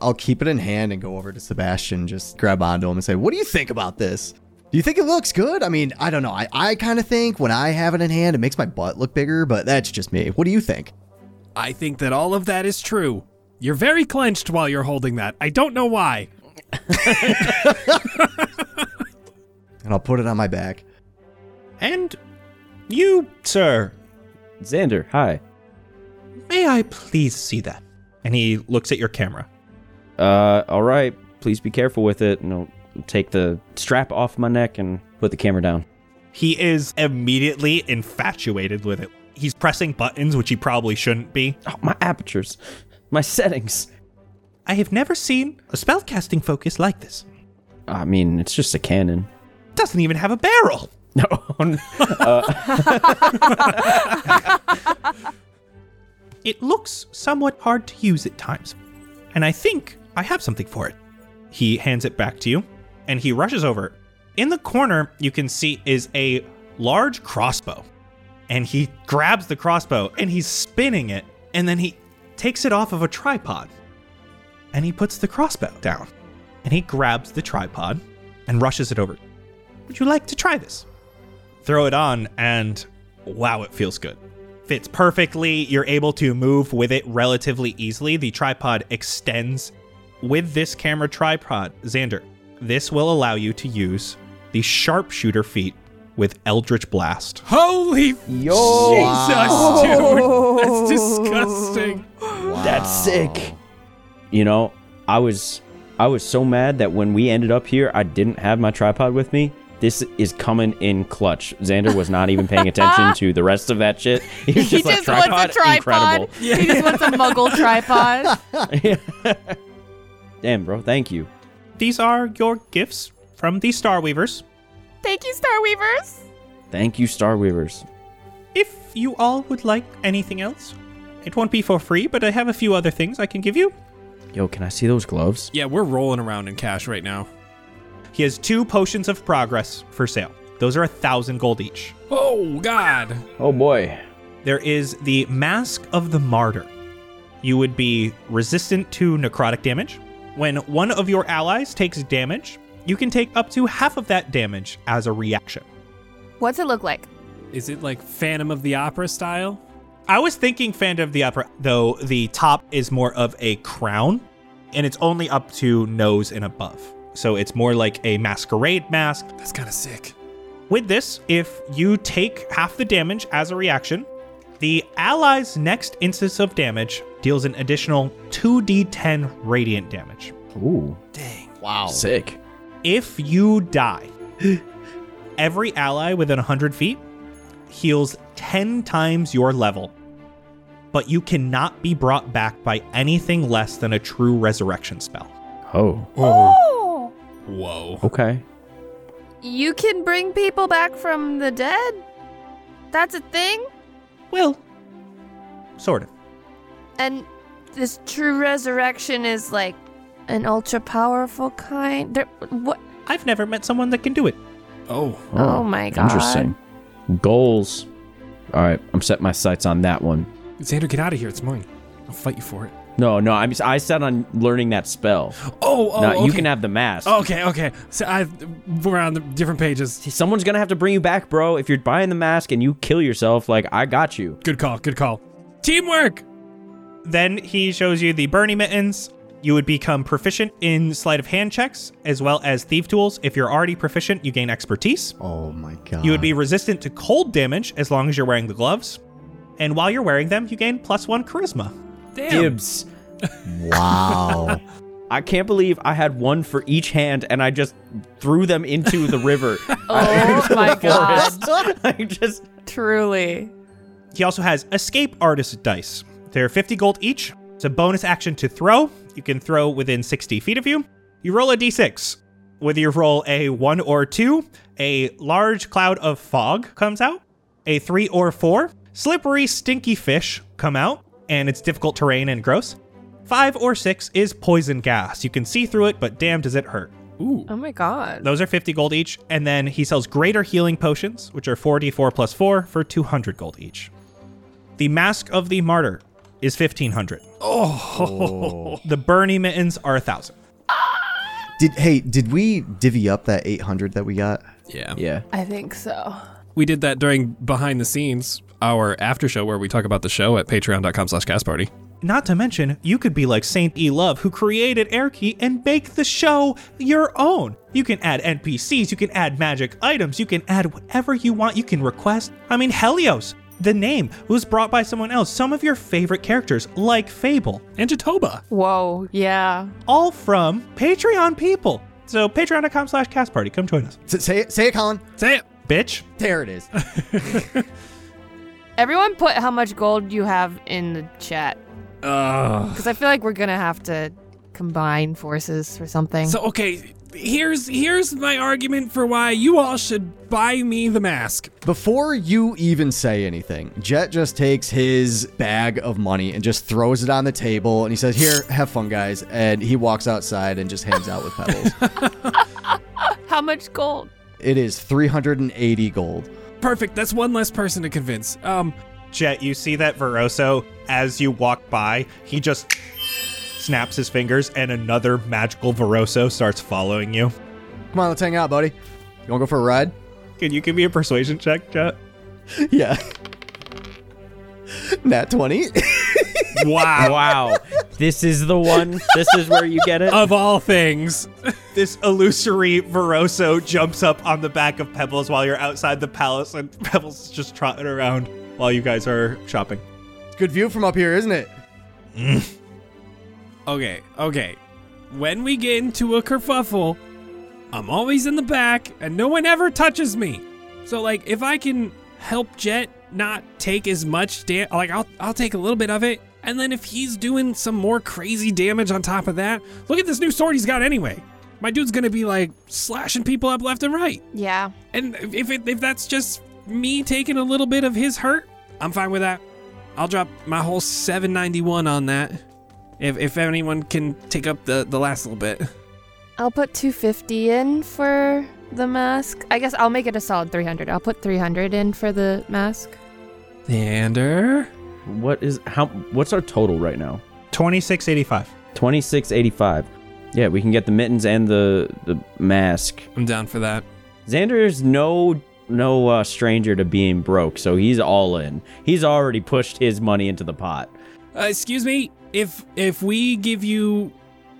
I'll keep it in hand and go over to Sebastian, just grab onto him and say, What do you think about this? Do you think it looks good? I mean, I don't know. I, I kind of think when I have it in hand, it makes my butt look bigger, but that's just me. What do you think? I think that all of that is true. You're very clenched while you're holding that. I don't know why. And I'll put it on my back. And you, sir, Xander, hi. may I please see that? And he looks at your camera. Uh, all right. Please be careful with it. And I'll take the strap off my neck and put the camera down. He is immediately infatuated with it. He's pressing buttons, which he probably shouldn't be. Oh, my apertures, my settings. I have never seen a spellcasting focus like this. I mean, it's just a cannon. Doesn't even have a barrel. No. uh, It looks somewhat hard to use at times, and I think I have something for it. He hands it back to you, and he rushes over. In the corner, you can see is a large crossbow, and he grabs the crossbow and he's spinning it, and then he takes it off of a tripod, and he puts the crossbow down, and he grabs the tripod and rushes it over. Would you like to try this? Throw it on, and wow, it feels good fits perfectly. You're able to move with it relatively easily. The tripod extends. With this camera tripod, Xander, this will allow you to use the sharpshooter feat with Eldritch Blast. Holy Yo. Jesus, dude. That's disgusting. That's sick. You know, I was I was so mad that when we ended up here, I didn't have my tripod with me. This is coming in clutch. Xander was not even paying attention to the rest of that shit. He was he just like just tripod, wants a tripod. incredible. He just wants a muggle tripod. Damn, bro, thank you. These are your gifts from the Star Weavers. Thank you, Star Weavers. Thank you, Star Weavers. If you all would like anything else, it won't be for free, but I have a few other things I can give you. Yo, can I see those gloves? Yeah, we're rolling around in cash right now. He has two potions of progress for sale. Those are a thousand gold each. Oh, God. Oh boy. there is the Mask of the Martyr. You would be resistant to necrotic damage. When one of your allies takes damage, you can take up to half of that damage as a reaction. What's it look like? Is it like Phantom of the Opera style? I was thinking Phantom of the Opera, though the top is more of a crown, and it's only up to nose and above. So it's more like a masquerade mask. That's kind of sick. With this, if you take half the damage as a reaction, the ally's next instance of damage deals an additional 2d10 radiant damage. Ooh, Wow. sick. If you die, every ally within 100 feet heals 10 times your level, but you cannot be brought back by anything less than a true resurrection spell. Oh, Oh. Whoa. okay. You can bring people back from the dead? That's a thing? Well, sort of. And this true resurrection is like an ultra powerful kind. There, what? I've never met someone that can do it. Oh. Oh my God. Interesting. Goals. All right, I'm setting my sights on that one. Xander, get out of here. It's mine. I'll fight you for it. No, no, I'm I set on learning that spell. Oh, oh, no, okay. Oh, you can have the mask. Okay, okay. So I we're on the different pages. Someone's gonna have to bring you back, bro. If you're buying the mask and you kill yourself, like I got you. Good call. Good call. Teamwork. Then he shows you the Bernie mittens. You would become proficient in sleight of hand checks as well as thief tools. If you're already proficient, you gain expertise. Oh my god. You would be resistant to cold damage as long as you're wearing the gloves. And while you're wearing them, you gain plus one charisma. Damn. Dibs. Wow. I can't believe I had one for each hand and I just threw them into the river. Oh my god. I just Truly. He also has escape artist dice. They're 50 gold each. It's a bonus action to throw. You can throw within 60 feet of you. You roll a d6. Whether you roll a 1 or 2, a large cloud of fog comes out. A 3 or 4, slippery, stinky fish come out, and it's difficult terrain and gross. 5 or 6 is poison gas. You can see through it, but damn, does it hurt. Oh my god. Those are 50 gold each. And then he sells greater healing potions, which are 4d4 plus 4 for 200 gold each. The Mask of the Martyr is 1500. Oh. The Bernie Mittens are 1000. Did hey, did we divvy up that 800 that we got? Yeah. yeah. I think so. We did that during behind the scenes, our after show where we talk about the show at patreon.com slash cast party. Not to mention, you could be like Saint E Love, who created Airkey and make the show your own. You can add NPCs, you can add magic items, you can add whatever you want, you can request. I mean, Helios, the name, was brought by someone else. Some of your favorite characters, like Fable, And Jatoba. Whoa. Yeah. all from Patreon people. So patreon.com slash cast party. Come join us. S- say it, say it, Colin. Say it. Bitch. There it is. Everyone put how much gold you have in the chat. Because I feel like we're going to have to combine forces for something. So okay, here's here's my argument for why you all should buy me the mask. Before you even say anything, Jet just takes his bag of money and just throws it on the table and he says, Here, have fun, guys. And he walks outside and just hangs out with Pebbles. how much gold? it is 380 gold. Perfect. That's one less person to convince. Um Jet, you see that Veroso, as you walk by, he just snaps his fingers and another magical Veroso starts following you. Come on, let's hang out, buddy. You want to go for a ride? Can you give me a persuasion check, Jet? Yeah. Nat 20. Wow. Wow. this is the one. This is where you get it. of all things. this illusory Veroso jumps up on the back of Pebbles while you're outside the palace, and Pebbles is just trotting around while you guys are shopping. Good view from up here, isn't it? Okay, okay. When we get into a kerfuffle, I'm always in the back and no one ever touches me. So like if I can help Jet not take as much damage, like I'll I'll take a little bit of it. And then if he's doing some more crazy damage on top of that, look at this new sword he's got anyway. My dude's gonna be like slashing people up left and right. Yeah. And if it, if that's just me taking a little bit of his hurt, I'm fine with that. I'll drop my whole 791 on that. If if anyone can take up the the last little bit. I'll put 250 in for the mask. I guess I'll make it a solid 300. I'll put 300 in for the mask. Xander, What is how what's our total right now? 2685. 2685. Yeah, we can get the mittens and the the mask. I'm down for that. Xander's no no uh, stranger to being broke, so he's all in. He's already pushed his money into the pot. Uh, excuse me, if if we give you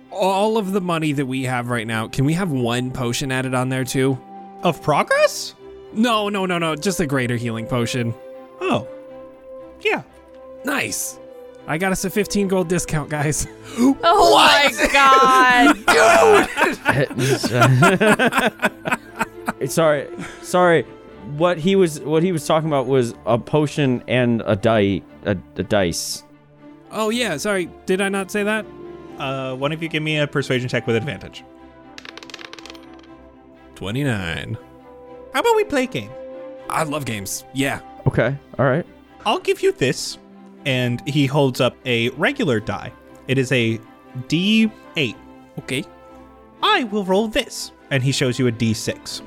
all of the money that we have right now, can we have one potion added on there too? Of progress? No, no, no, no, just a greater healing potion. Oh. Yeah. Nice. I got us a 15 gold discount, guys. Oh my god! sorry, sorry. What he was what he was talking about was a potion and a die a, a dice. Oh yeah, sorry, did I not say that? Uh, one of you give me a persuasion check with advantage. 29. How about we play a game? I love games. Yeah. Okay, all right. I'll give you this. And he holds up a regular die. It is a D8. Okay. I will roll this. And he shows you a D6.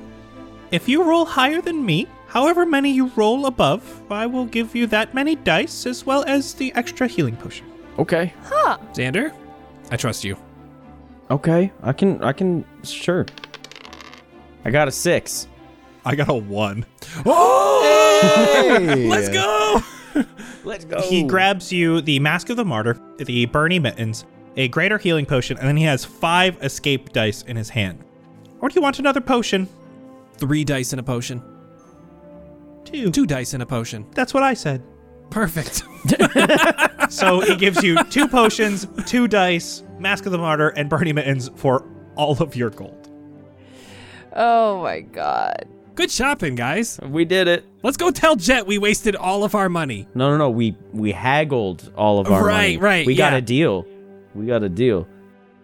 If you roll higher than me, however many you roll above, I will give you that many dice as well as the extra healing potion. Okay, Xander, I trust you. okay. I can I can sure. I got a six. I got a one. Oh! Let's go. Let's go. He grabs you the Mask of the Martyr, the Bernie Mittens, a greater healing potion, and then he has five escape dice in his hand. Or do you want another potion? Three dice in a potion. Two. Two dice in a potion. That's what I said. Perfect. So he gives you two potions, two dice, Mask of the Martyr, and Bernie Mittens for all of your gold. Oh my god. Good shopping, guys. We did it. Let's go tell Jet we wasted all of our money. No, no, no. We we haggled all of our money. Right, right, We got yeah. a deal. We got a deal.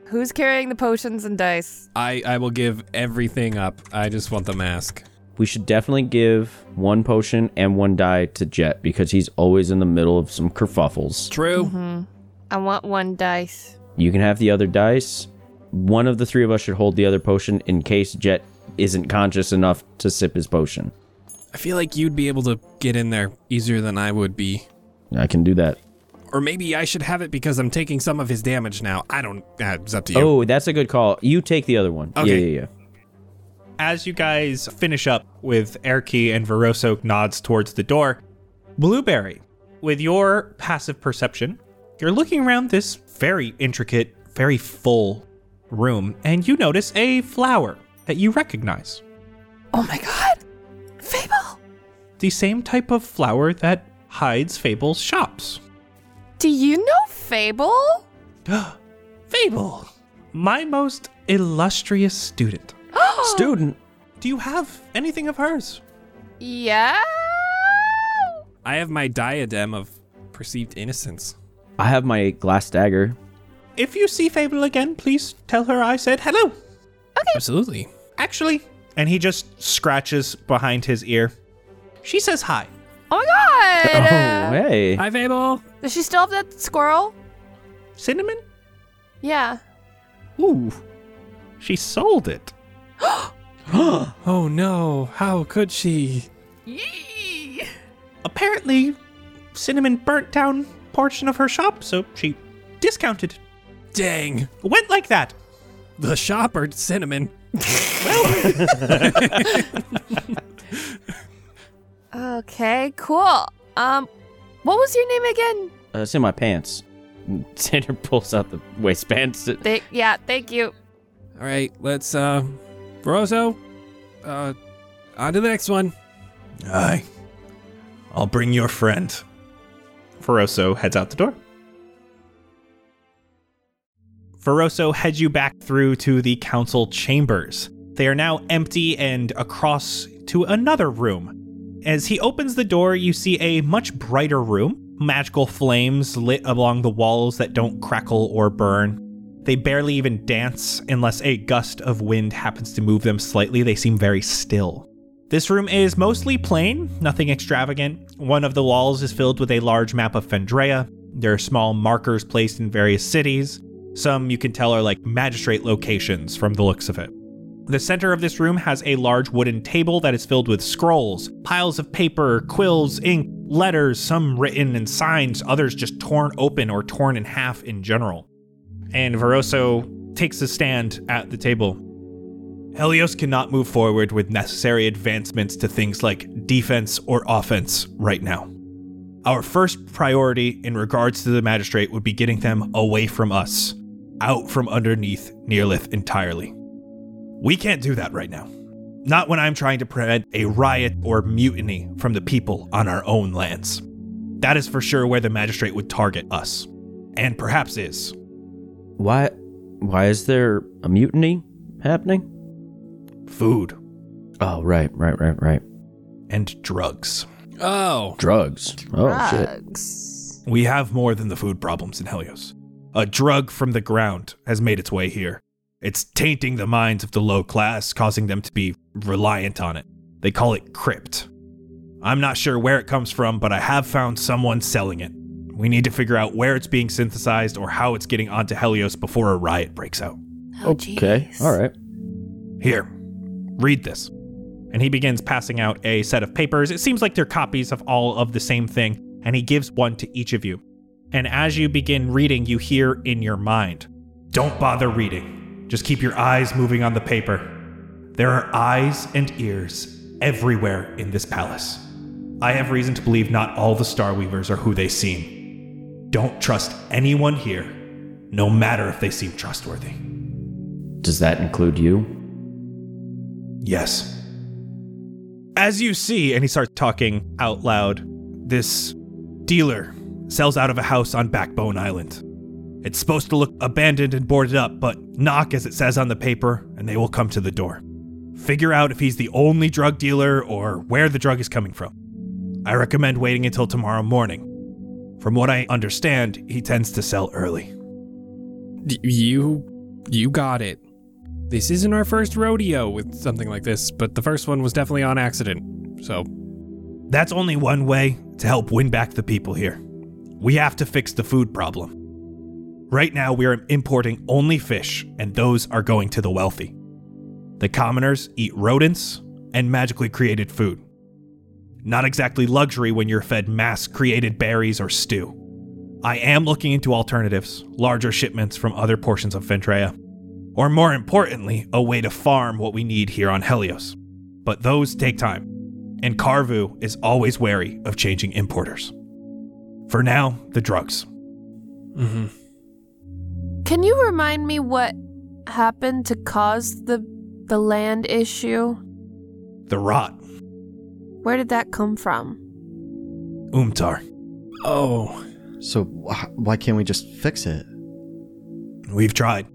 Who's carrying the potions and dice? I, I will give everything up. I just want the mask. We should definitely give one potion and one die to Jet because he's always in the middle of some kerfuffles. True. I want one dice. You can have the other dice. One of the three of us should hold the other potion in case Jet isn't conscious enough to sip his potion. I feel like you'd be able to get in there easier than I would be. I can do that. Or maybe I should have it because I'm taking some of his damage now. I don't. Uh, it's up to you. Oh, that's a good call. You take the other one. Yeah, Okay. yeah, yeah. As you guys finish up with Erky and Veroso nods towards the door, Blueberry, with your passive perception, you're looking around this very intricate, very full room, and you notice a flower that you recognize. Oh my god. Fable, The same type of flower that hides Fable's shops. do you know Fable? Fable, my most illustrious student. Student. Do you have anything of hers? Yeah. I have my diadem of perceived innocence. I have my glass dagger. If you see Fable again, please tell her I said hello. Absolutely. Actually, and he just scratches behind his ear. She says hi. Oh my god. Uh, Oh, hey. Hi, Fable. Does she still have that squirrel? Cinnamon? Yeah. Ooh. She sold it. Oh no! How could she? Apparently, Cinnamon burnt down portion of her shop, so she discounted. Dang! Went like that. The shop or cinnamon? Okay, cool. Um, what was your name again? Uh, it's in my pants. Sander pulls out the waistband. Th- yeah, thank you. All right, let's. uh Veroso, uh, on to the next one. Aye. I'll bring your friend. Ferroso heads out the door. Ferroso heads you back through to the council chambers. They are now empty and across to another room. As he opens the door, you see a much brighter room, magical flames lit along the walls that don't crackle or burn. They barely even dance unless a gust of wind happens to move them slightly. They seem very still. This room is mostly plain, nothing extravagant. One of the walls is filled with a large map of Fendrea. There are small markers placed in various cities. Some you can tell are like magistrate locations from the looks of it. The center of this room has a large wooden table that is filled with scrolls, piles of paper, quills, ink, letters, some written and signed, others just torn open or torn in half in general. And Veroso takes a stand at the table. Helios cannot move forward with necessary advancements to things like defense or offense right now. Our first priority in regards to the magistrate would be getting them away from us, out from underneath Neolith entirely. We can't do that right now. Not when I'm trying to prevent a riot or mutiny from the people on our own lands. That is for sure where the magistrate would target us, and perhaps is. Why? Why is there a mutiny happening? Food Oh, right, right, right, right. and drugs. Oh, Drugs. Oh shit. Drugs. We have more than the food problems in Helios. A drug from the ground has made its way here. It's tainting the minds of the low class, causing them to be reliant on it. They call it crypt. I'm not sure where it comes from, but I have found someone selling it. We need to figure out where it's being synthesized or how it's getting onto Helios before a riot breaks out. Oh, okay. jeez. All right. Here, read this. And he begins passing out a set of papers. It seems like they're copies of all of the same thing, and he gives one to each of you. And as you begin reading, you hear in your mind Don't bother reading. Just keep your eyes moving on the paper. There are eyes and ears everywhere in this palace. I have reason to believe not all the Star Weavers are who they seem. Don't trust anyone here, no matter if they seem trustworthy. Does that include you? Yes. As you see, and he starts talking out loud, this dealer sells out of a house on Backbone Island. It's supposed to look abandoned and boarded up, but knock as it says on the paper, and they will come to the door. Figure out if he's the only drug dealer or where the drug is coming from. I recommend waiting until tomorrow morning. From what I understand, he tends to sell early. D- you you got it. This isn't our first rodeo with something like this, but the first one was definitely on accident. So, That's only one way to help win back the people here. We have to fix the food problem. Right now, we are importing only fish, and those are going to the wealthy. The commoners eat rodents and magically created food. Not exactly luxury when you're fed mass created berries or stew. I am looking into alternatives, larger shipments from other portions of Ventrea, or more importantly, a way to farm what we need here on Helios. But those take time and Carvu is always wary of changing importers. For now, the drugs. mm-hmm. Can you remind me what happened to cause the the land issue? The rot, Where did that come from? Umtar. oh, So wh- why can't we just fix it? We've tried.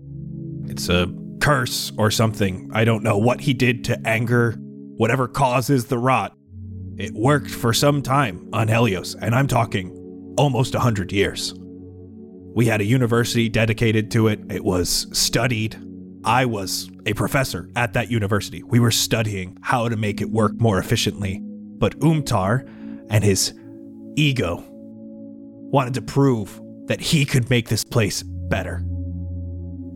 It's a curse or something. I don't know what he did to anger whatever causes the rot. It worked for some time on Helios, and I'm talking almost 100 years. We had a university dedicated to it. It was studied. I was a professor at that university. We were studying how to make it work more efficiently. But Umtar and his ego wanted to prove that he could make this place better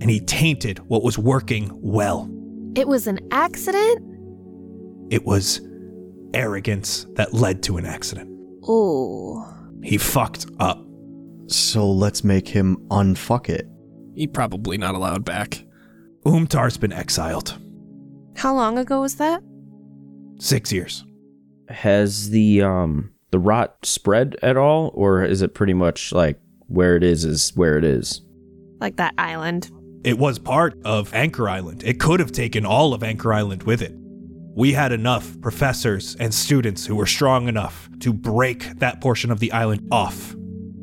and he tainted what was working well. It was an accident? It was arrogance that led to an accident. Ooh. He fucked up. So let's make him unfuck it. he probably not allowed back. Umtar's been exiled. How long ago was that? Six years. Has the um the rot spread at all, or is it pretty much like where it is is where it is? Like that island. It was part of Anchor Island. It could have taken all of Anchor Island with it. We had enough professors and students who were strong enough to break that portion of the island off.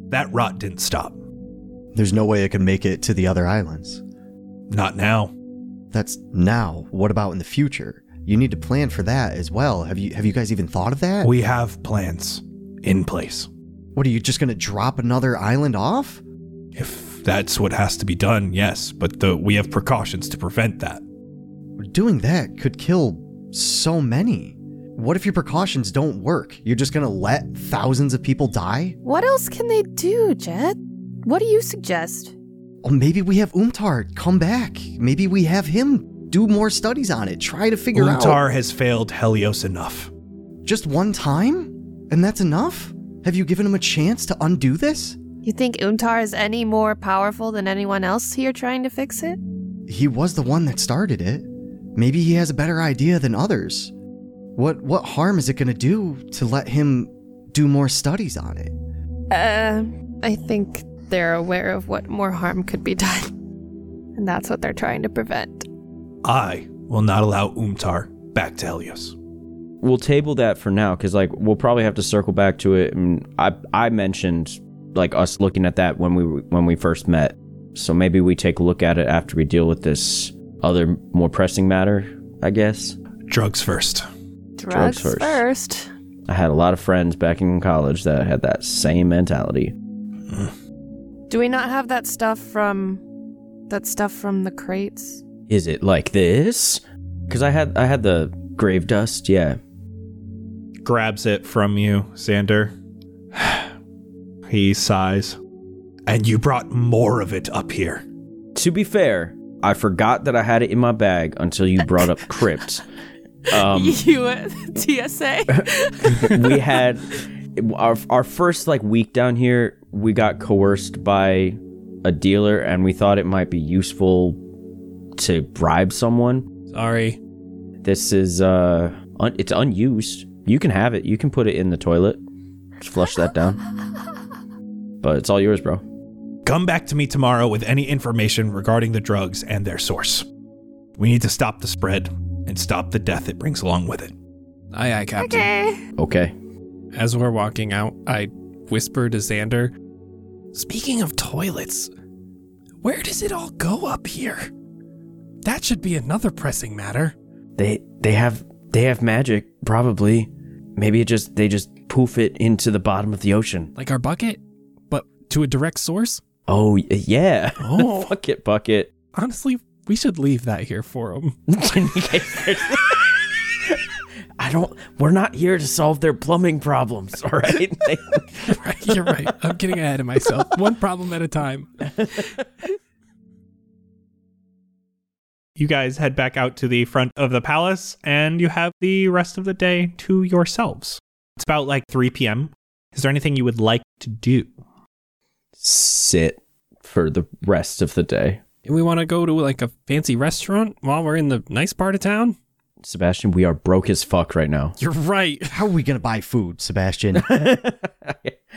That rot didn't stop. There's no way it can make it to the other islands. Not now. That's now. What about in the future? You need to plan for that as well. Have you have you guys even thought of that? We have plans in place. what are you just gonna drop another island off? If that's what has to be done, yes, but the, we have precautions to prevent that. Doing that could kill so many. What if your precautions don't work? You're just gonna let thousands of people die? What else can they do, Jet? What do you suggest? Or Oh, maybe we have Umtar come back. Maybe we have him do more studies on it. Try to figure Umtar out has failed Helios enough. just one time, and that's enough. Have you given him a chance to undo this? You think Untar is any more powerful than anyone else here trying to fix it? he was the one that started it. Maybe he has a better idea than others. What what harm is it going to do to let him do more studies on it? Uh, I think they're aware of what more harm could be done. And that's what they're trying to prevent. I will not allow Umtar back to Helios. We'll table that for now because like we'll probably have to circle back to it. And I I mentioned like us looking at that when we when we first met, so maybe we take a look at it after we deal with this other more pressing matter. I guess Drugs first. Drugs first. I had a lot of friends back in college that had that same mentality. Do we not have that stuff from that stuff from the crates? Is it like this? Because I had I had the grave dust. Yeah. Grabs it from you, Sander. he sighs. And you brought more of it up here. To be fair, I forgot that I had it in my bag until you brought up crypt. Um, you uh, at TSA? we had our our first like week down here. We got coerced by a dealer, and we thought it might be useful to bribe someone. Sorry. This is uh, un- it's unused. You can have it. You can put it in the toilet. Just flush that down. But it's all yours, bro. Come back to me tomorrow with any information regarding the drugs and their source. We need to stop the spread and stop the death it brings along with it. Aye, aye, Captain. okay. Okay. As we're walking out, I whisper to Xander, Speaking of toilets, Where does it all go up here? That should be another pressing matter. They they have they have magic probably. Maybe it just they just poof it into the bottom of the ocean. Like our bucket, but to a direct source? Oh y- yeah. Oh. Fuck it, bucket. Honestly, we should leave that here for them. In case there's- I don't we're not here to solve their plumbing problems, all right? right, you're right. I'm getting ahead of myself. One problem at a time. You guys head back out to the front of the palace, and you have the rest of the day to yourselves. It's about like 3 p.m. Is there anything you would like to do? Sit for the rest of the day. We want to go to like a fancy restaurant while we're in the nice part of town. Sebastian, we are broke as fuck right now. You're right. How are we going to buy food, Sebastian? I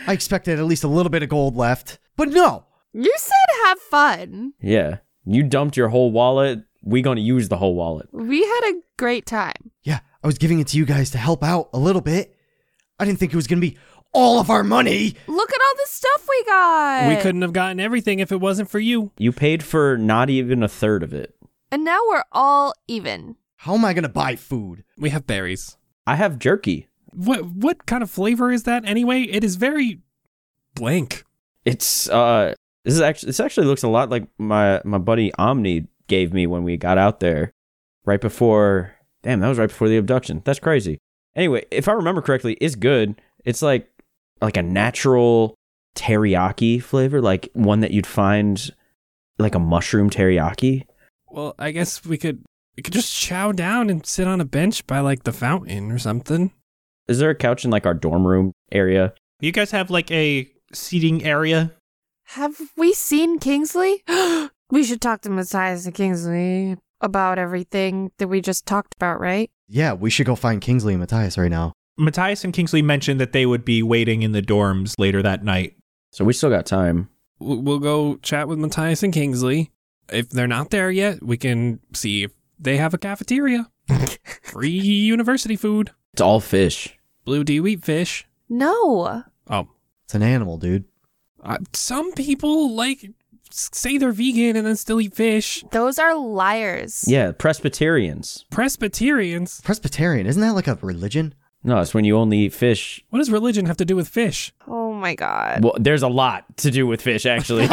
expected at least a little bit of gold left, but no. You said have fun. Yeah. You dumped your whole wallet. We gonna use the whole wallet. We had a great time. Yeah, I was giving it to you guys to help out a little bit. I didn't think it was going to be all of our money. Look at all the stuff we got. We couldn't have gotten everything if it wasn't for you. You paid for not even a third of it. And now we're all even. How am I going to buy food? We have berries. I have jerky. What what kind of flavor is that anyway? It is very blank. It's uh this is actually this actually looks a lot like my my buddy Omni gave me when we got out there right before damn, that was right before the abduction. That's crazy. Anyway, if I remember correctly, it's good. It's like like a natural teriyaki flavor, like one that you'd find like a mushroom teriyaki. Well, I guess we could we could just chow down and sit on a bench by like the fountain or something. Is there a couch in like our dorm room area? You guys have like a seating area. Have we seen Kingsley? we should talk to Matthias and Kingsley about everything that we just talked about, right? Yeah, we should go find Kingsley and Matthias right now. Matthias and Kingsley mentioned that they would be waiting in the dorms later that night. So we still got time. W- We'll go chat with Matthias and Kingsley. If they're not there yet, we can see if they have a cafeteria. Free university food. It's all fish. Blue, do you eat fish? No. Oh, It's an animal, dude. Uh, some people like s- say they're vegan and then still eat fish. Those are liars. Yeah, Presbyterians. Presbyterians. Presbyterian, isn't that like a religion? No, it's when you only eat fish. What does religion have to do with fish? Oh my god. Well, there's a lot to do with fish, actually.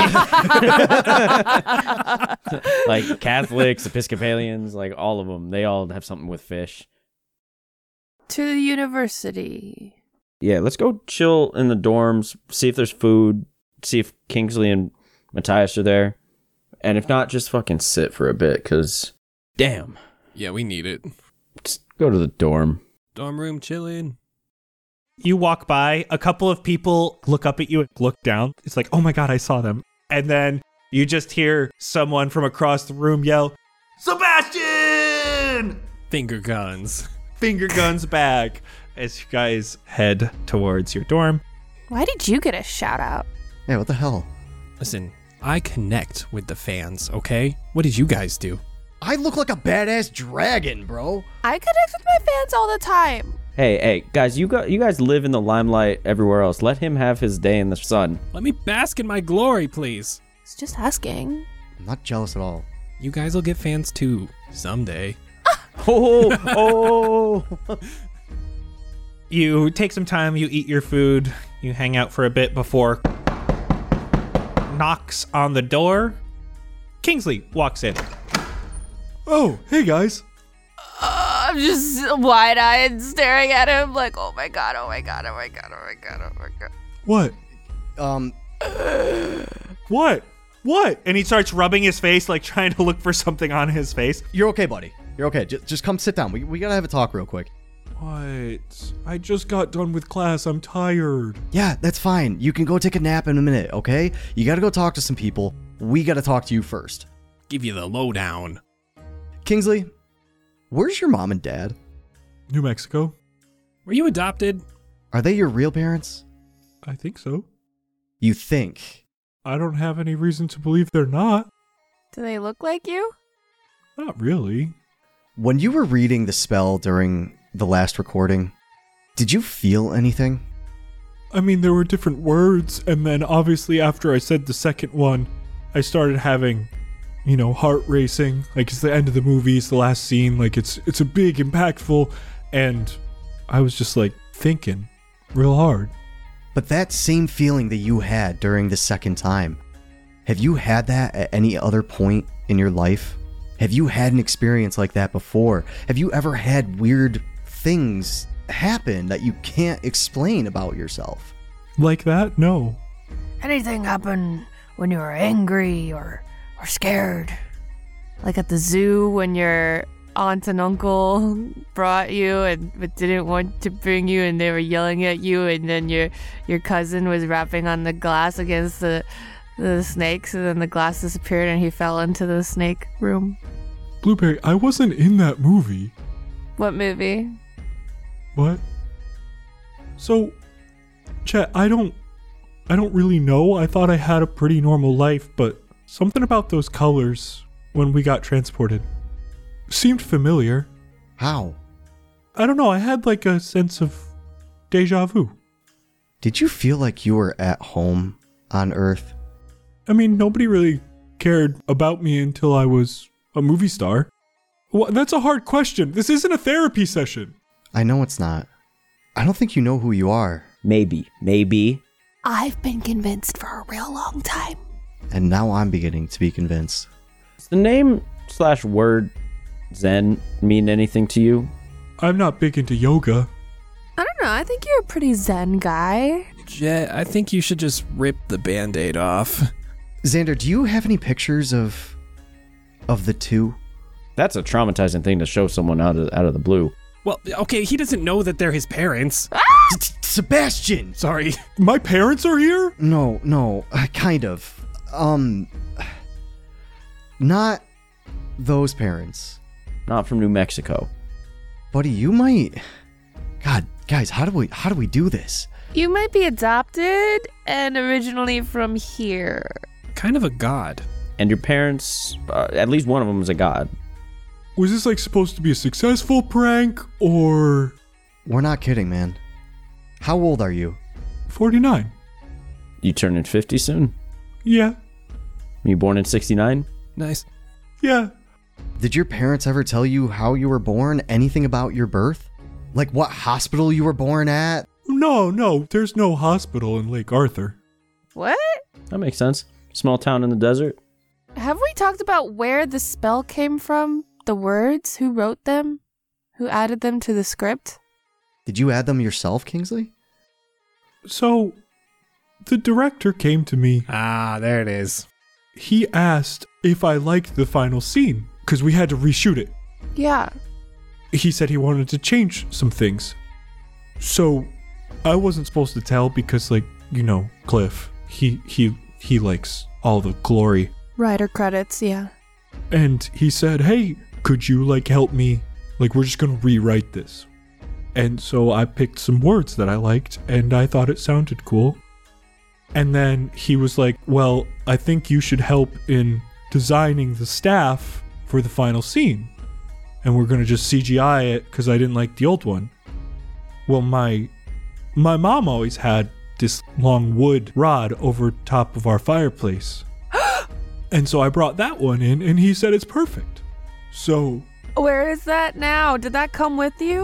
like Catholics, Episcopalians, like all of them, they all have something with fish. To the university. Yeah, let's go chill in the dorms, see if there's food, see if Kingsley and Matthias are there. And if not, just fucking sit for a bit, because damn. Yeah, we need it. Just go to the dorm. Dorm room chilling. You walk by, a couple of people look up at you and look down. It's like, oh my god, I saw them. And then you just hear someone from across the room yell, Sebastian! Finger guns. Finger guns back as you guys head towards your dorm. Why did you get a shout out? Yeah, what the hell? Listen, I connect with the fans, okay? What did you guys do? I look like a badass dragon, bro. I connect with my fans all the time. Hey, hey, guys, you got you guys live in the limelight everywhere else. Let him have his day in the sun. Let me bask in my glory, please. It's just asking. I'm not jealous at all. You guys will get fans too someday. Oh, oh. You take some time, you eat your food, you hang out for a bit before knocks on the door. Kingsley walks in. Oh, hey guys. I'm just wide eyed staring at him, like, oh my god, oh my god, oh my god, oh my god, oh my god. What? Um, What? What? And he starts rubbing his face, like trying to look for something on his face. you're okay, buddy. You're okay. Just, just come sit down. We, we gotta have a talk real quick. What? I just got done with class. I'm tired. Yeah, that's fine. You can go take a nap in a minute, okay? You gotta go talk to some people. We gotta talk to you first. Give you the lowdown. Kingsley, where's your mom and dad? New Mexico? Were you adopted? Are they your real parents? I think so. You think. I don't have any reason to believe they're not. Do they look like you? Not really. When you were reading the spell during the last recording, did you feel anything? I mean, there were different words, and then obviously after I said the second one, I started having, you know, heart racing. Like it's the end of the movie, it's the last scene. Like it's it's a big, impactful, and I was just like thinking real hard. But that same feeling that you had during the second time, have you had that at any other point in your life? Have you had an experience like that before? Have you ever had weird things happen that you can't explain about yourself? Like that? No. Anything happen when you were angry or or scared? Like at the zoo when your aunt and uncle brought you and but didn't want to bring you and they were yelling at you and then your your cousin was rapping on the glass against the the snakes and then the glass disappeared and he fell into the snake room. Blueberry, I wasn't in that movie. What movie? What? So, Chet, I don't I don't really know. I thought I had a pretty normal life, but something about those colors when we got transported seemed familiar. How? I don't know. I had like a sense of deja vu. Did you feel like you were at home on Earth? I mean, nobody really cared about me until I was a movie star. Wha that's a hard question. This isn't a therapy session. I know it's not. I don't think you know who you are, Maybe, maybe. I've been convinced for a real long time. and now I'm beginning to be convinced. Does the name slash word Zen mean anything to you? I'm not big into yoga. I don't know. I think you're a pretty zen guy. Jet, I think you should just rip the band aid off. Xander, do you have any pictures of of the two? That's a traumatizing thing to show someone out of out of the blue. Well, okay, he doesn't know that they're his parents. Sebastian. Sorry. My parents are here? No, no, uh, kind of. Um not those parents. Not from New Mexico. Buddy, you might God, guys, how do we how do we do this? You might be adopted and originally from here. Kind of a god. And your parents, uh, at least one of them is a god. Was this like supposed to be a successful prank or We're not kidding, man. How old are you? 49? You turn in 50 soon? Yeah. You born in 69? Nice. Yeah. Did your parents ever tell you how you were born? Anything about your birth? Like what hospital you were born at? No, no, there's no hospital in Lake Arthur. What? That makes sense. Small town in the desert. Have we talked about where the spell came from? The words? Who wrote them? Who added them to the script? Did you add them yourself, Kingsley? So, the director came to me. Ah, there it is. He asked if I liked the final scene because we had to reshoot it. Yeah. he said he wanted to change some things. So I wasn't supposed to tell because like, you know, Cliff, he he he likes all the glory. Writer credits, yeah. And he said, "Hey, could you like help me? Like we're just going to rewrite this." And so I picked some words that I liked and I thought it sounded cool. And then he was like, "Well, I think you should help in designing the staff for the final scene." and we're gonna just CGI it because I didn't like the old one. Well, my my mom always had this long wood rod over top of our fireplace, and so I brought that one in, and he said it's perfect. So, Where is that now? Did that come with you?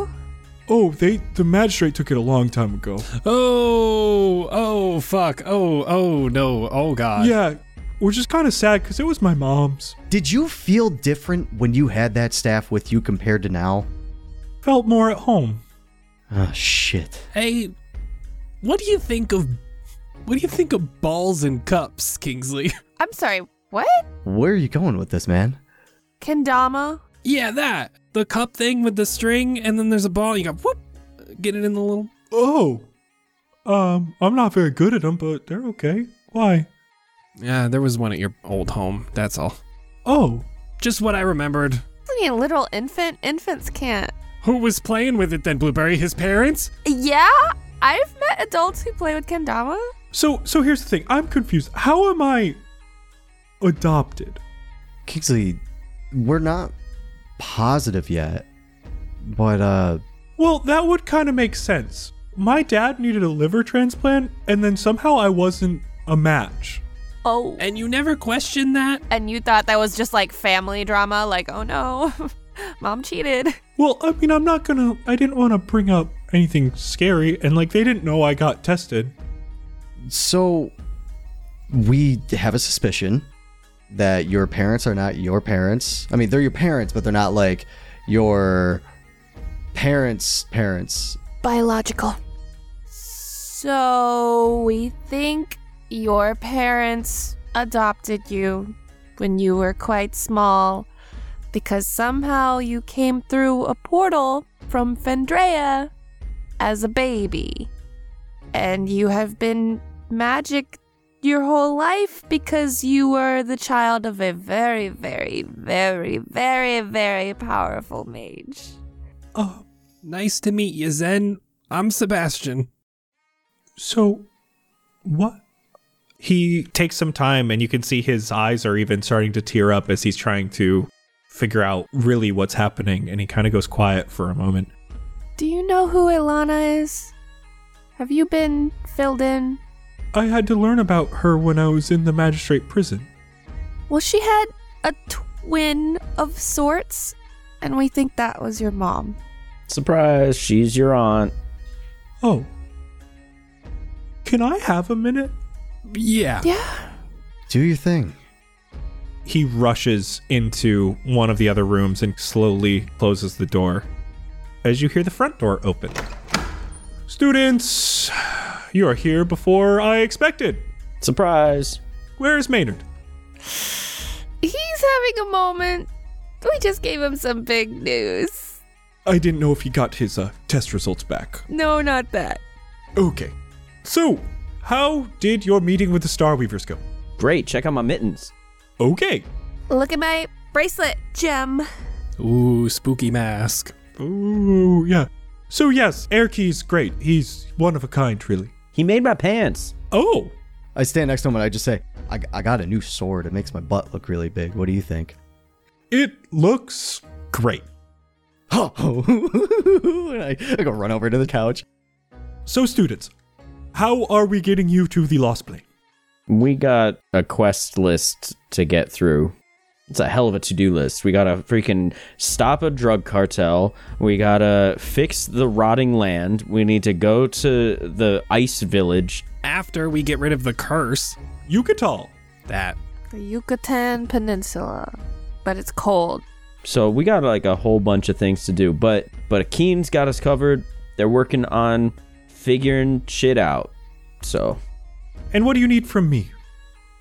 oh, they the magistrate took it a long time ago. Oh, oh, fuck. Oh, oh, no. Oh, God. yeah, which is kind of sad because it was my mom's. Did you feel different when you had that staff with you compared to now? Felt more at home. Ah, shit. Hey, what do you think of. What do you think of balls and cups, Kingsley? I'm sorry, what? Where are you going with this, man? Kendama? Yeah, that. The cup thing with the string, and then there's a ball, you got whoop, get it in the little. Oh, um, I'm not very good at them, but they're okay. Why? Yeah, there was one at your old home, that's all. Oh, Just what I remembered. Isn't he a literal infant? Infants can't. Who was playing with it then, Blueberry? His parents? Yeah? I've met adults who play with Kendama. So so here's the thing. I'm confused. How am I adopted? Kingsley, we're not positive yet. But uh Well, that would kind of make sense. My dad needed a liver transplant and then somehow I wasn't a match. Oh. And you never questioned that? And you thought that was just like family drama, like, oh no, mom cheated. Well, I mean, I'm not gonna. I didn't want to bring up anything scary, and like they didn't know I got tested. So we have a suspicion that your parents are not your parents. I mean, they're your parents, but they're not like your parents' parents. Biological. So we think your parents adopted you when you were quite small because somehow you came through a portal from Fendrea as a baby. And you have been magic your whole life because you were the child of a very, very, very, very, very powerful mage. Uh, Nice to meet you, Zen. I'm Sebastian. so what? He takes some time, and you can see his eyes are even starting to tear up as he's trying to figure out really what's happening. And he kind of goes quiet for a moment. Do you know who Ilana is? Have you been filled in? I had to learn about her when I was in the magistrate prison. Well, she had a twin of sorts, and we think that was your mom. Surprise, she's your aunt. Oh. Can I have a minute? Yeah. Yeah. Do your thing. He rushes into one of the other rooms and slowly closes the door as you hear the front door open. Students, you are here before I expected. Surprise. Where is Maynard? He's having a moment. We just gave him some big news. I didn't know if he got his uh, test results back. No, not that. Okay. So, how did your meeting with the Star Weavers go? Great, check out my mittens. Okay. Look at my bracelet, Gem. Ooh, spooky mask. Ooh, yeah. So yes, Air Key's great. He's one of a kind, really. He made my pants. Oh, I stand next to him and I just say, I, I got a new sword. It makes my butt look really big. What do you think? it looks great. Oh, and I, I go run over to the couch. So students, how are we getting you to the Lost Plane? We got a quest list to get through. It's a hell of a to do list. We gotta freaking stop a drug cartel. We gotta fix the rotting land. We need to go to the ice village. After we get rid of the curse, Yucatal. that The Yucatan Peninsula. But it's cold. So we got like a whole bunch of things to do. But but Akeen's got us covered. They're working on figuring shit out. So And what do you need from me?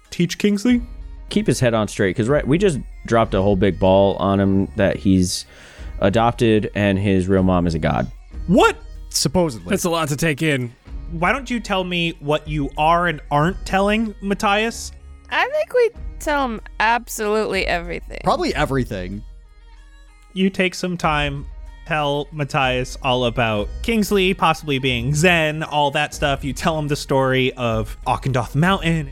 Teach Kingsley? keep his head on straight because right we just dropped a whole big ball on him that he's adopted and his real mom is a god What? Supposedly. that's a lot to take in. Why don't you tell me what you are and aren't telling, Matthias? I think we tell him absolutely everything. Probably everything. You take some time, tell Matthias all about Kingsley possibly being Zen, all that stuff. You tell him the story of Auchendoth Mountain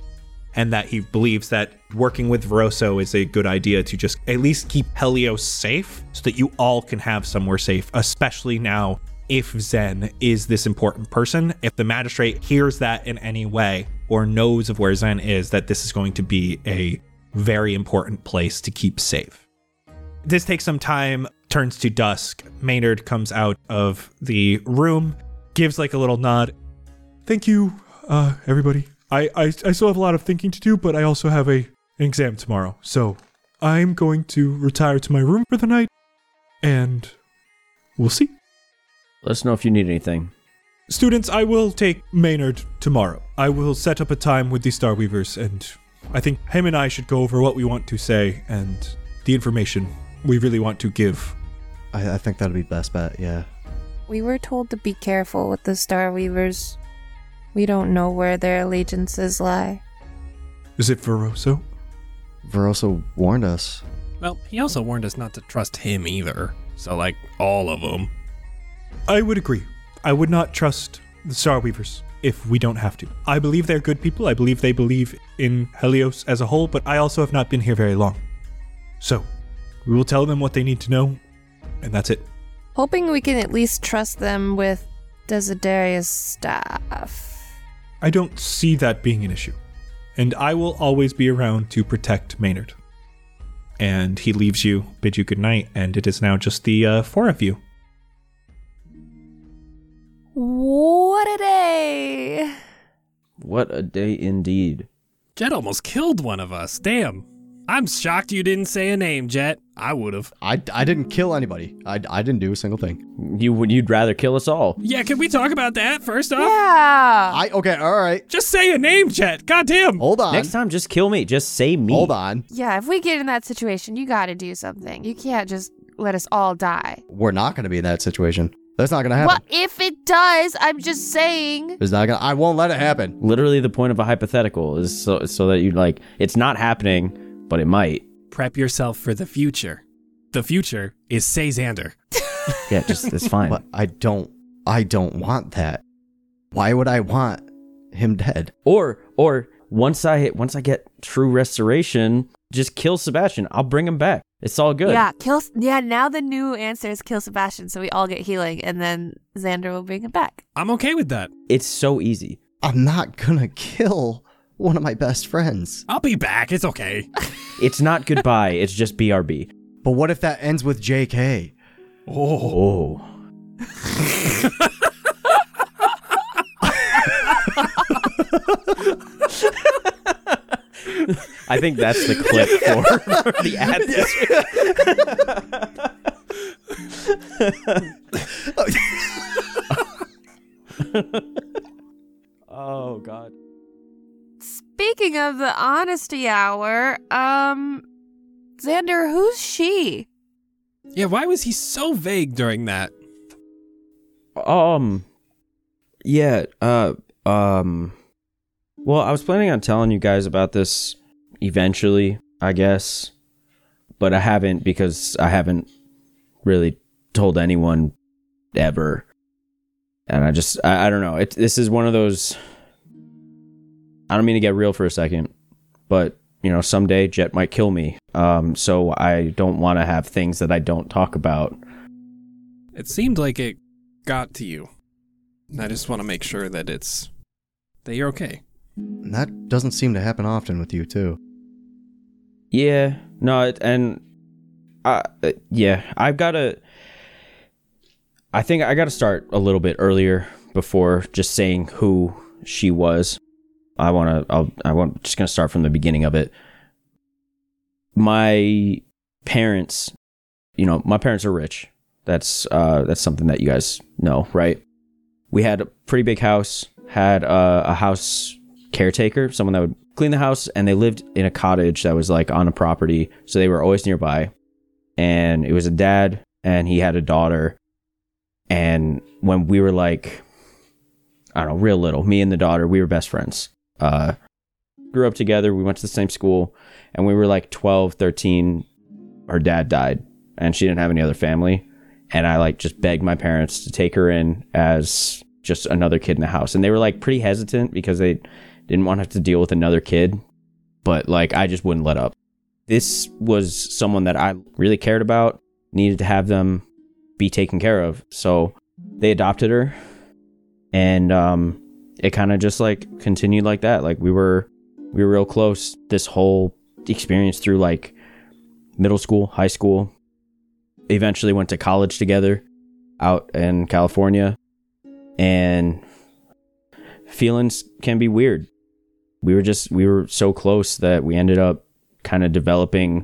and that he believes that working with Veroso is a good idea to just at least keep Helios safe so that you all can have somewhere safe, especially now if Zen is this important person. If the magistrate hears that in any way or knows of where Zen is, that this is going to be a very important place to keep safe this takes some time turns to dusk maynard comes out of the room gives like a little nod Thank you, uh, everybody. I, I I still have a lot of thinking to do, but I also have a an exam tomorrow, so I'm going to retire to my room for the night, and we'll see. let us know if you need anything Students, I will take Maynard tomorrow. I will set up a time with the Star Weavers, and I think him and I should go over what we want to say and the information we really want to give. I, I think that'd be best bet, yeah. We were told to be careful with the Star Weavers. We don't know where their allegiances lie. Is it Veroso? Verosa warned us. Well, he also warned us not to trust him either. So, like, all of them. I would agree. I would not trust the Star Weavers if we don't have to. I believe they're good people. I believe they believe in Helios as a whole, but I also have not been here very long. So, we will tell them what they need to know, and that's it. Hoping we can at least trust them with Desiderius' staff. I don't see that being an issue. and I will always be around to protect Maynard. And he leaves you, bid you good night, and it is now just the uh, four of you. What a day! What a day indeed. Jet almost killed one of us. Damn. I'm shocked you didn't say a name, Jet. I would have. I, I didn't kill anybody. I, I didn't do a single thing. You would you'd rather kill us all. Yeah, can we talk about that first off? Uh, Yeah. I okay, all right. Just say a name, Jet. Goddamn. Hold on. Next time, just kill me. Just say me. Hold on. yeah, if we get in that situation, you gotta do something. You can't just let us all die. We're not going to be in that situation. That's not going to happen. Well, if it does, I'm just saying. It's not going to I won't let it happen. Literally, the point of a hypothetical is so so that you like it's not happening, but it might. Prep yourself for the future. The future is say Xander. Yeah, just it's fine. But I don't I don't want that. Why would I want him dead? Or or once I once I get true restoration, just kill Sebastian. I'll bring him back. It's all good. Yeah, kill. Yeah, now the new answer is kill Sebastian, so we all get healing, and then Xander will bring him back. I'm okay with that. It's so easy. I'm not going to kill one of my best friends. I'll be back. It's okay. It's not goodbye. it's just BRB. But what if that ends with JK? Oh. Oh. I think that's the clip for, for the ad. oh God. Speaking of the honesty hour, um, Xander, who's she? Yeah, why was he so vague during that? Um yeah, uh um well, I was planning on telling you guys about this eventually, I guess, but I haven't because I haven't really told anyone ever. And I just I, I don't know. It this is one of those I don't mean to get real for a second, but you know, someday Jet might kill me. Um so I don't want to have things that I don't talk about. It seemed like it got to you. And I just want to make sure that it's that you're okay. That doesn't seem to happen often with you, too. Yeah, no, it, and I uh, yeah, I've got to. I think I got to start a little bit earlier before just saying who she was. I want to. I'll. I want. Just gonna start from the beginning of it. My parents, you know, my parents are rich. That's uh, that's something that you guys know, right? We had a pretty big house. Had uh, a house caretaker, someone that would clean the house, and they lived in a cottage that was like on a property, so they were always nearby. And it was a dad, and he had a daughter. And when we were like, I don't know, real little, me and the daughter, we were best friends. Uh, grew up together, we went to the same school, and we were like 12, 13. Her dad died, and she didn't have any other family. And I like just begged my parents to take her in as just another kid in the house. And they were like pretty hesitant because they didn't want to have to deal with another kid, but like I just wouldn't let up. This was someone that I really cared about, needed to have them be taken care of. So they adopted her and um it kind of just like continued like that. Like we were we were real close this whole experience through like middle school, high school. Eventually went to college together out in California and feelings can be weird. We were just we were so close that we ended up kind of developing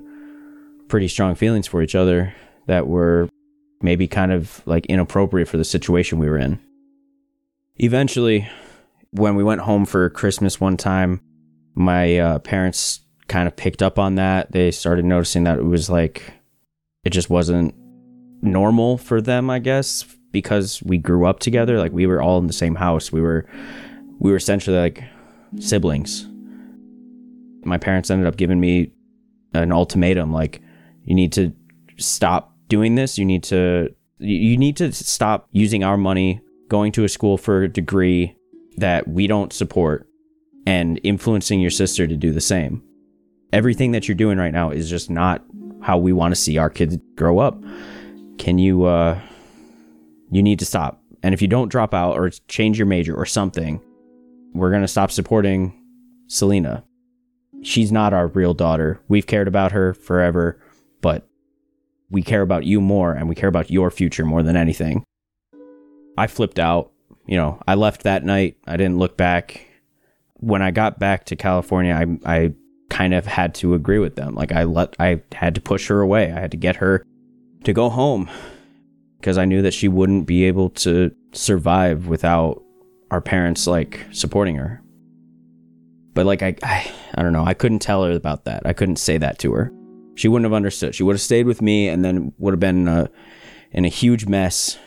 pretty strong feelings for each other that were maybe kind of like inappropriate for the situation we were in. Eventually, when we went home for Christmas one time, my uh, parents kind of picked up on that. They started noticing that it was like it just wasn't normal for them, I guess, because we grew up together. Like we were all in the same house. We were we were essentially like siblings. My parents ended up giving me an ultimatum like you need to stop doing this. You need to you you need to stop using our money going to a school for a degree that we don't support and influencing your sister to do the same. Everything that you're doing right now is just not how we want to see our kids grow up. Can you uh you need to stop. And if you don't drop out or change your major or something, we're going to stop supporting Selena. she's not our real daughter. We've cared about her forever, but we care about you more and we care about your future more than anything. I flipped out. You know, I left that night. I didn't look back. When I got back to California, I I kind of had to agree with them. Like I let I had to push her away. I had to get her to go home because I knew that she wouldn't be able to survive without our parents like supporting her. But like I, I I don't know. I couldn't tell her about that. I couldn't say that to her. She wouldn't have understood. She would have stayed with me and then would have been in a, in a huge mess.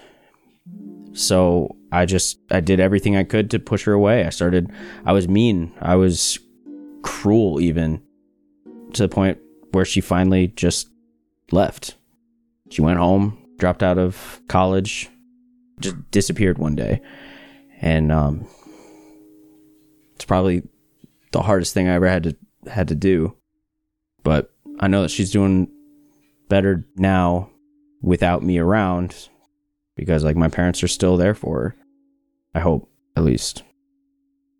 So I just I did everything I could to push her away. I started I was mean. I was cruel even to the point where she finally just left. She went home, dropped out of college, just disappeared one day. And um it's probably the hardest thing I ever had to had to do. But I know that she's doing better now without me around because like my parents are still there for her. I hope at least.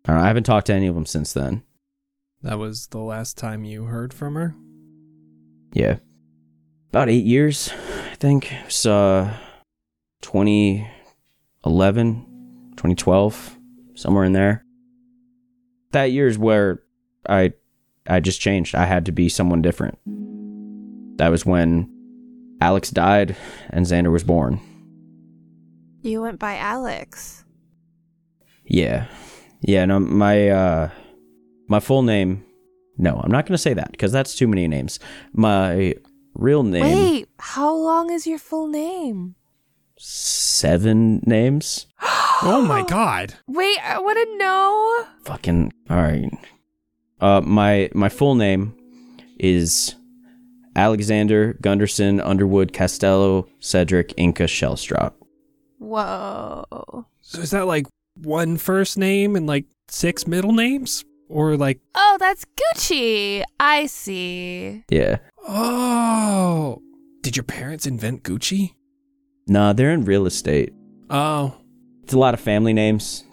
I, don't know, I haven't talked to any of them since then. That was the last time you heard from her? Yeah. About 8 years, I think. It's uh 2011, 2012, somewhere in there. That year is where I I just changed. I had to be someone different. That was when Alex died and Xander was born. You went by Alex. Yeah. Yeah, no my uh my full name No, I'm not going to say that cuz that's too many names. My real name Wait, how long is your full name? seven names. Oh my god. Wait, I want to know. Fucking all right. Uh my my full name is Alexander Gunderson Underwood Castello Cedric Inca Shellstrop. Whoa. So is that like one first name and like six middle names? Or like, Oh, that's Gucci. I see. Yeah. oh, did your parents invent Gucci? Nah, they're in real estate. Oh, It's a lot of family names.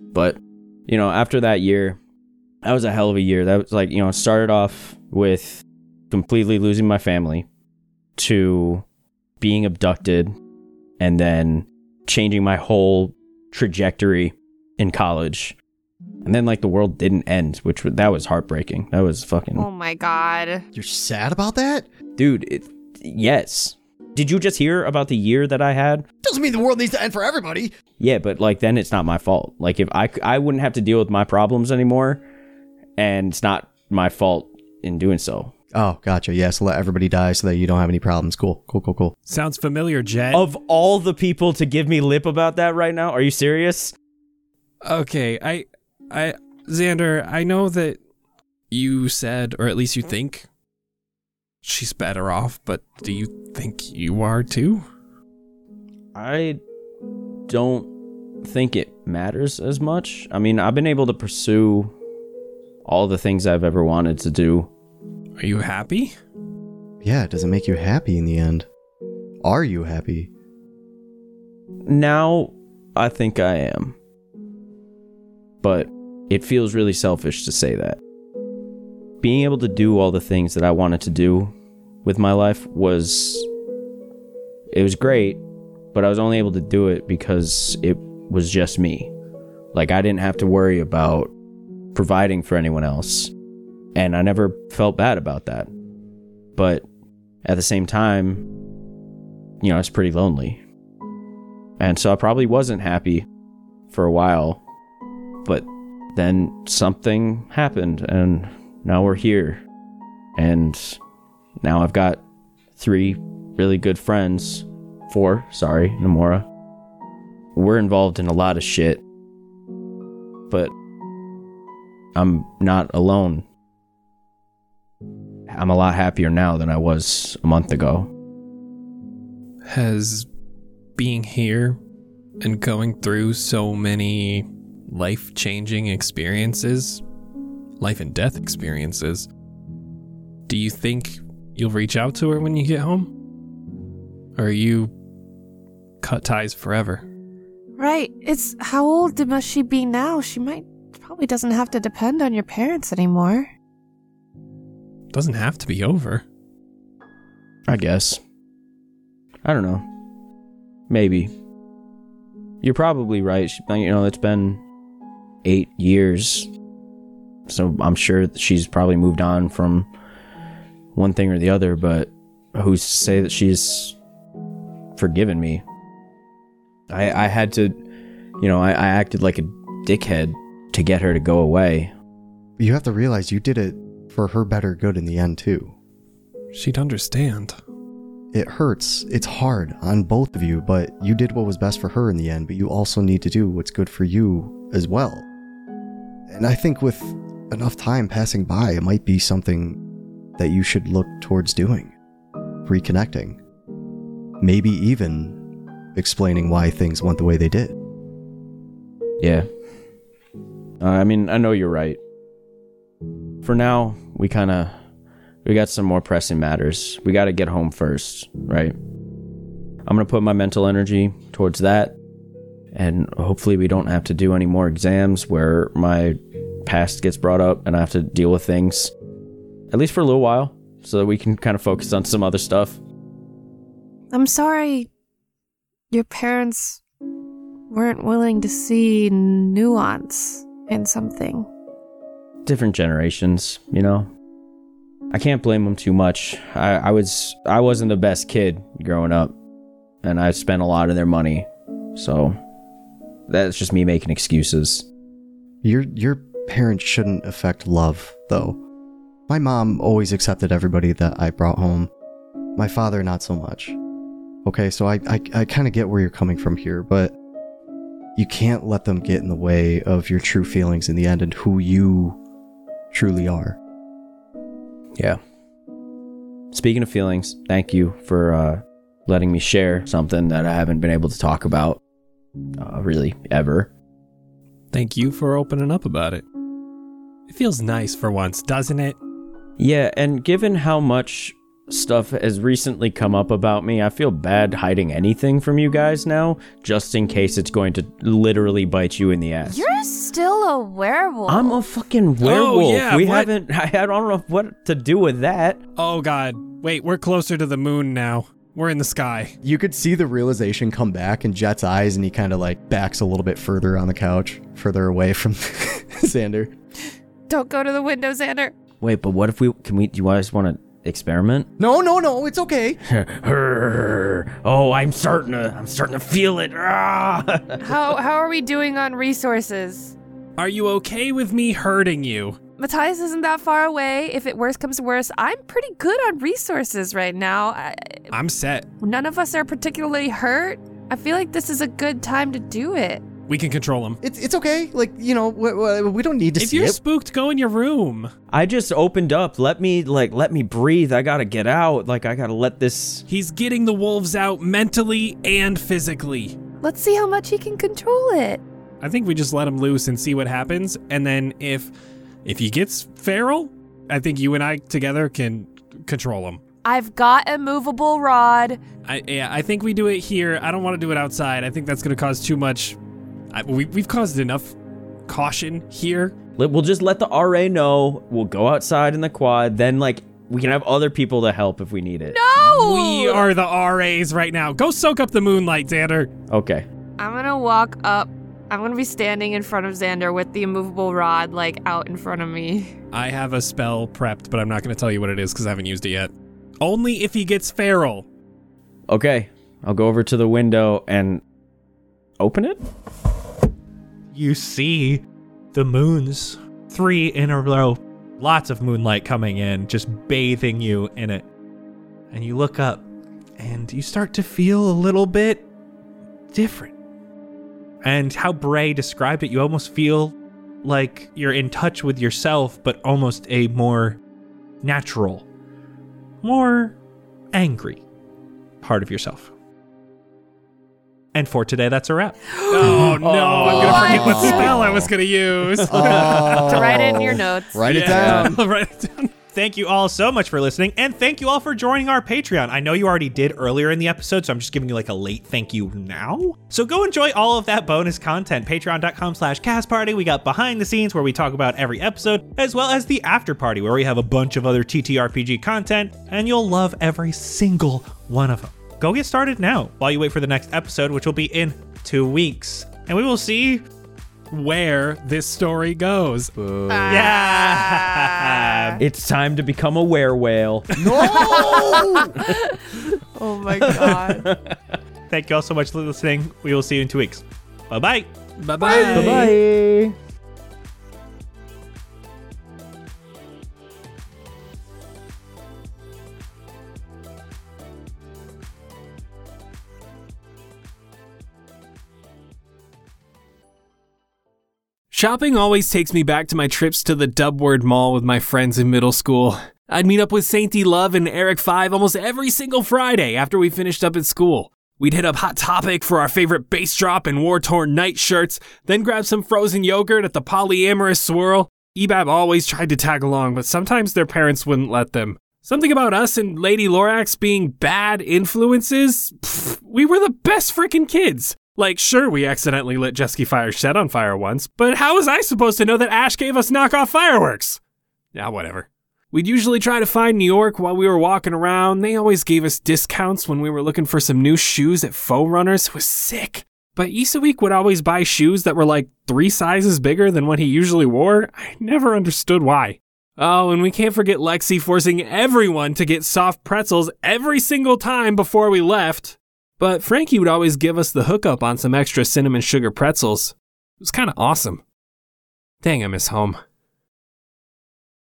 But, you know, after that year, that was a hell of a year. That was like, you know, it started off with completely losing my family to being abducted and then changing my whole trajectory in college. And then like the world didn't end, which was, that was heartbreaking. That was fucking Oh my god. You're sad about that? dude, it, yes. Did you just hear about the year that I had? Doesn't mean the world needs to end for everybody. Yeah, but like then it's not my fault. Like if I c- I wouldn't have to deal with my problems anymore, and it's not my fault in doing so. Oh, gotcha. Yeah, so let everybody die so that you don't have any problems. Cool, cool, cool, cool. sounds familiar, Jet. Of all the people to give me lip about that right now, are you serious? Okay, I, I, Xander, I know that you said, or at least you think, she's better off, but do you think you are too? I don't think it matters as much. I mean, I've been able to pursue all the things I've ever wanted to do. Are you happy? Yeah, does it make you happy in the end? Are you happy? Now I think I am. But it feels really selfish to say that. Being able to do all the things that I wanted to do with my life was it was great, but I was only able to do it because it was just me. Like I didn't have to worry about providing for anyone else, and I never felt bad about that. But at the same time, you know, it's pretty lonely. And so I probably wasn't happy for a while. But then something happened, and now we're here. And now I've got three really good friends. Four, sorry, Namora. We're involved in a lot of shit. But I'm not alone. I'm a lot happier now than I was a month ago. Has being here and going through so many life changing experiences, life and death experiences, do you think you'll reach out to her when you get home? Or are you cut ties forever? Right. It's how old must she be now? She might probably doesn't have to depend on your parents anymore. Doesn't have to be over. I guess. I don't know. Maybe. You're probably right. She, you know, it's been eight years. So I'm sure that she's probably moved on from one thing or the other, but who's to say that she's forgiven me? I, I had to, you know, I, I acted like a dickhead to get her to go away. You have to realize you did it for her better good in the end, too. She'd understand. It hurts. It's hard on both of you, but you did what was best for her in the end, but you also need to do what's good for you as well. And I think with enough time passing by, it might be something that you should look towards doing reconnecting. Maybe even explaining why things went the way they did. Yeah. Uh, I mean, I know you're right. For now, we kind of we got some more pressing matters. We got to get home first, right? I'm going to put my mental energy towards that and hopefully we don't have to do any more exams where my past gets brought up and I have to deal with things at least for a little while so that we can kind of focus on some other stuff. I'm sorry your parents weren't willing to see nuance in something. different generations, you know. I can't blame them too much. I, I was I wasn't the best kid growing up, and I spent a lot of their money, so that's just me making excuses. Your your parents shouldn't affect love, though. My mom always accepted everybody that I brought home. My father not so much. Okay, so I I, I kind of get where you're coming from here, but you can't let them get in the way of your true feelings in the end and who you truly are. Yeah. Speaking of feelings, thank you for uh, letting me share something that I haven't been able to talk about, uh, really ever. Thank you for opening up about it. It feels nice for once, doesn't it? Yeah, and given how much stuff has recently come up about me, I feel bad hiding anything from you guys now, just in case it's going to literally bite you in the ass. You're still a werewolf. I'm a fucking werewolf. yeah, we what? haven't. I, I don't know what to do with that. Oh god. Wait, we're closer to the moon now. We're in the sky. You could see the realization come back in Jet's eyes, and he kind of like backs a little bit further on the couch, further away from Xander. Don't go to the window, Xander. Wait, but what if we can we? Do you guys want to experiment? No, no, no, it's okay. oh, I'm starting to. I'm starting to feel it. Ah. How how are we doing on resources? Are you okay with me hurting you? Matthias isn't that far away. If it worse comes to worse, I'm pretty good on resources right now. I, I'm set. none of us are particularly hurt. I feel like this is a good time to do it. We can control him. It's it's okay. Like you know, we, we- we don't need to If see you're it. spooked, go in your room. I just opened up. Let me like let me breathe. I gotta get out. Like I gotta let this. He's getting the wolves out mentally and physically. Let's see how much he can control it. I think we just let him loose and see what happens. And then if if he gets feral, I think you and I together can control him. I've got a movable rod. I yeah, I think we do it here. I don't want to do it outside. I think that's going to cause too much. I, we, we've caused enough caution here. Let- We'll just let the RA know. We'll go outside in the quad. Then like we can have other people to help if we need it. No! We are the RAs right now. Go soak up the moonlight, Xander. Okay. I'm gonna walk up. I'm gonna be standing in front of Xander with the immovable rod, like out in front of me. I have a spell prepped, but I'm not going to tell you what it is because I haven't used it yet. Only if he gets feral. Okay. I'll go over to the window and open it. you see the moons three in a row lots of moonlight coming in just bathing you in it and you look up and you start to feel a little bit different and how bray described it you almost feel like you're in touch with yourself but almost a more natural more angry part of yourself and for today that's a wrap Oh no! I'm gonna forget what What? spell I was gonna use. Oh. Write it in your notes. Write it Yeah. down. I'll write it down. Thank you all so much for listening, and thank you all for joining our Patreon. I know you already did earlier in the episode, so I'm just giving you like a late thank you now. So go enjoy all of that bonus content. Patreon.com slash cast party. We got behind the scenes where we talk about every episode, as well as the after party where we have a bunch of other TTRPG content, and you'll love every single one of them. Go get started now while you wait for the next episode, which will be in two weeks. And we will see Where this story goes. Yeah. It's time to become a werewhale. Oh my god. Thank you all so much for listening. We will see you in two weeks. Bye bye. Bye bye. Bye. Shopping always takes me back to my trips to the Dubward Mall with my friends in middle school. I'd meet up with Sainty Love and Eric Five almost every single Friday after we finished up at school. We'd hit up Hot Topic for our favorite bass drop and war torn night shirts, then grab some frozen yogurt at the polyamorous swirl. Ebab always tried to tag along, but sometimes their parents wouldn't let them. Something about us and Lady Lorax being bad influences? Pfft, we were the best freaking kids. Like, sure, we accidentally lit Jesky Fire's shed on fire once, but how was I supposed to know that Ash gave us knockoff fireworks? Yeah, whatever. We'd usually try to find New York while we were walking around. They always gave us discounts when we were looking for some new shoes at Foe Runners. It was sick. But Isaweek would always buy shoes that were like three sizes bigger than what he usually wore. I never understood why. Oh, and we can't forget Lexi forcing everyone to get soft pretzels every single time before we left. But Frankie would always give us the hookup on some extra cinnamon sugar pretzels. It was kind of awesome. Dang, I miss home.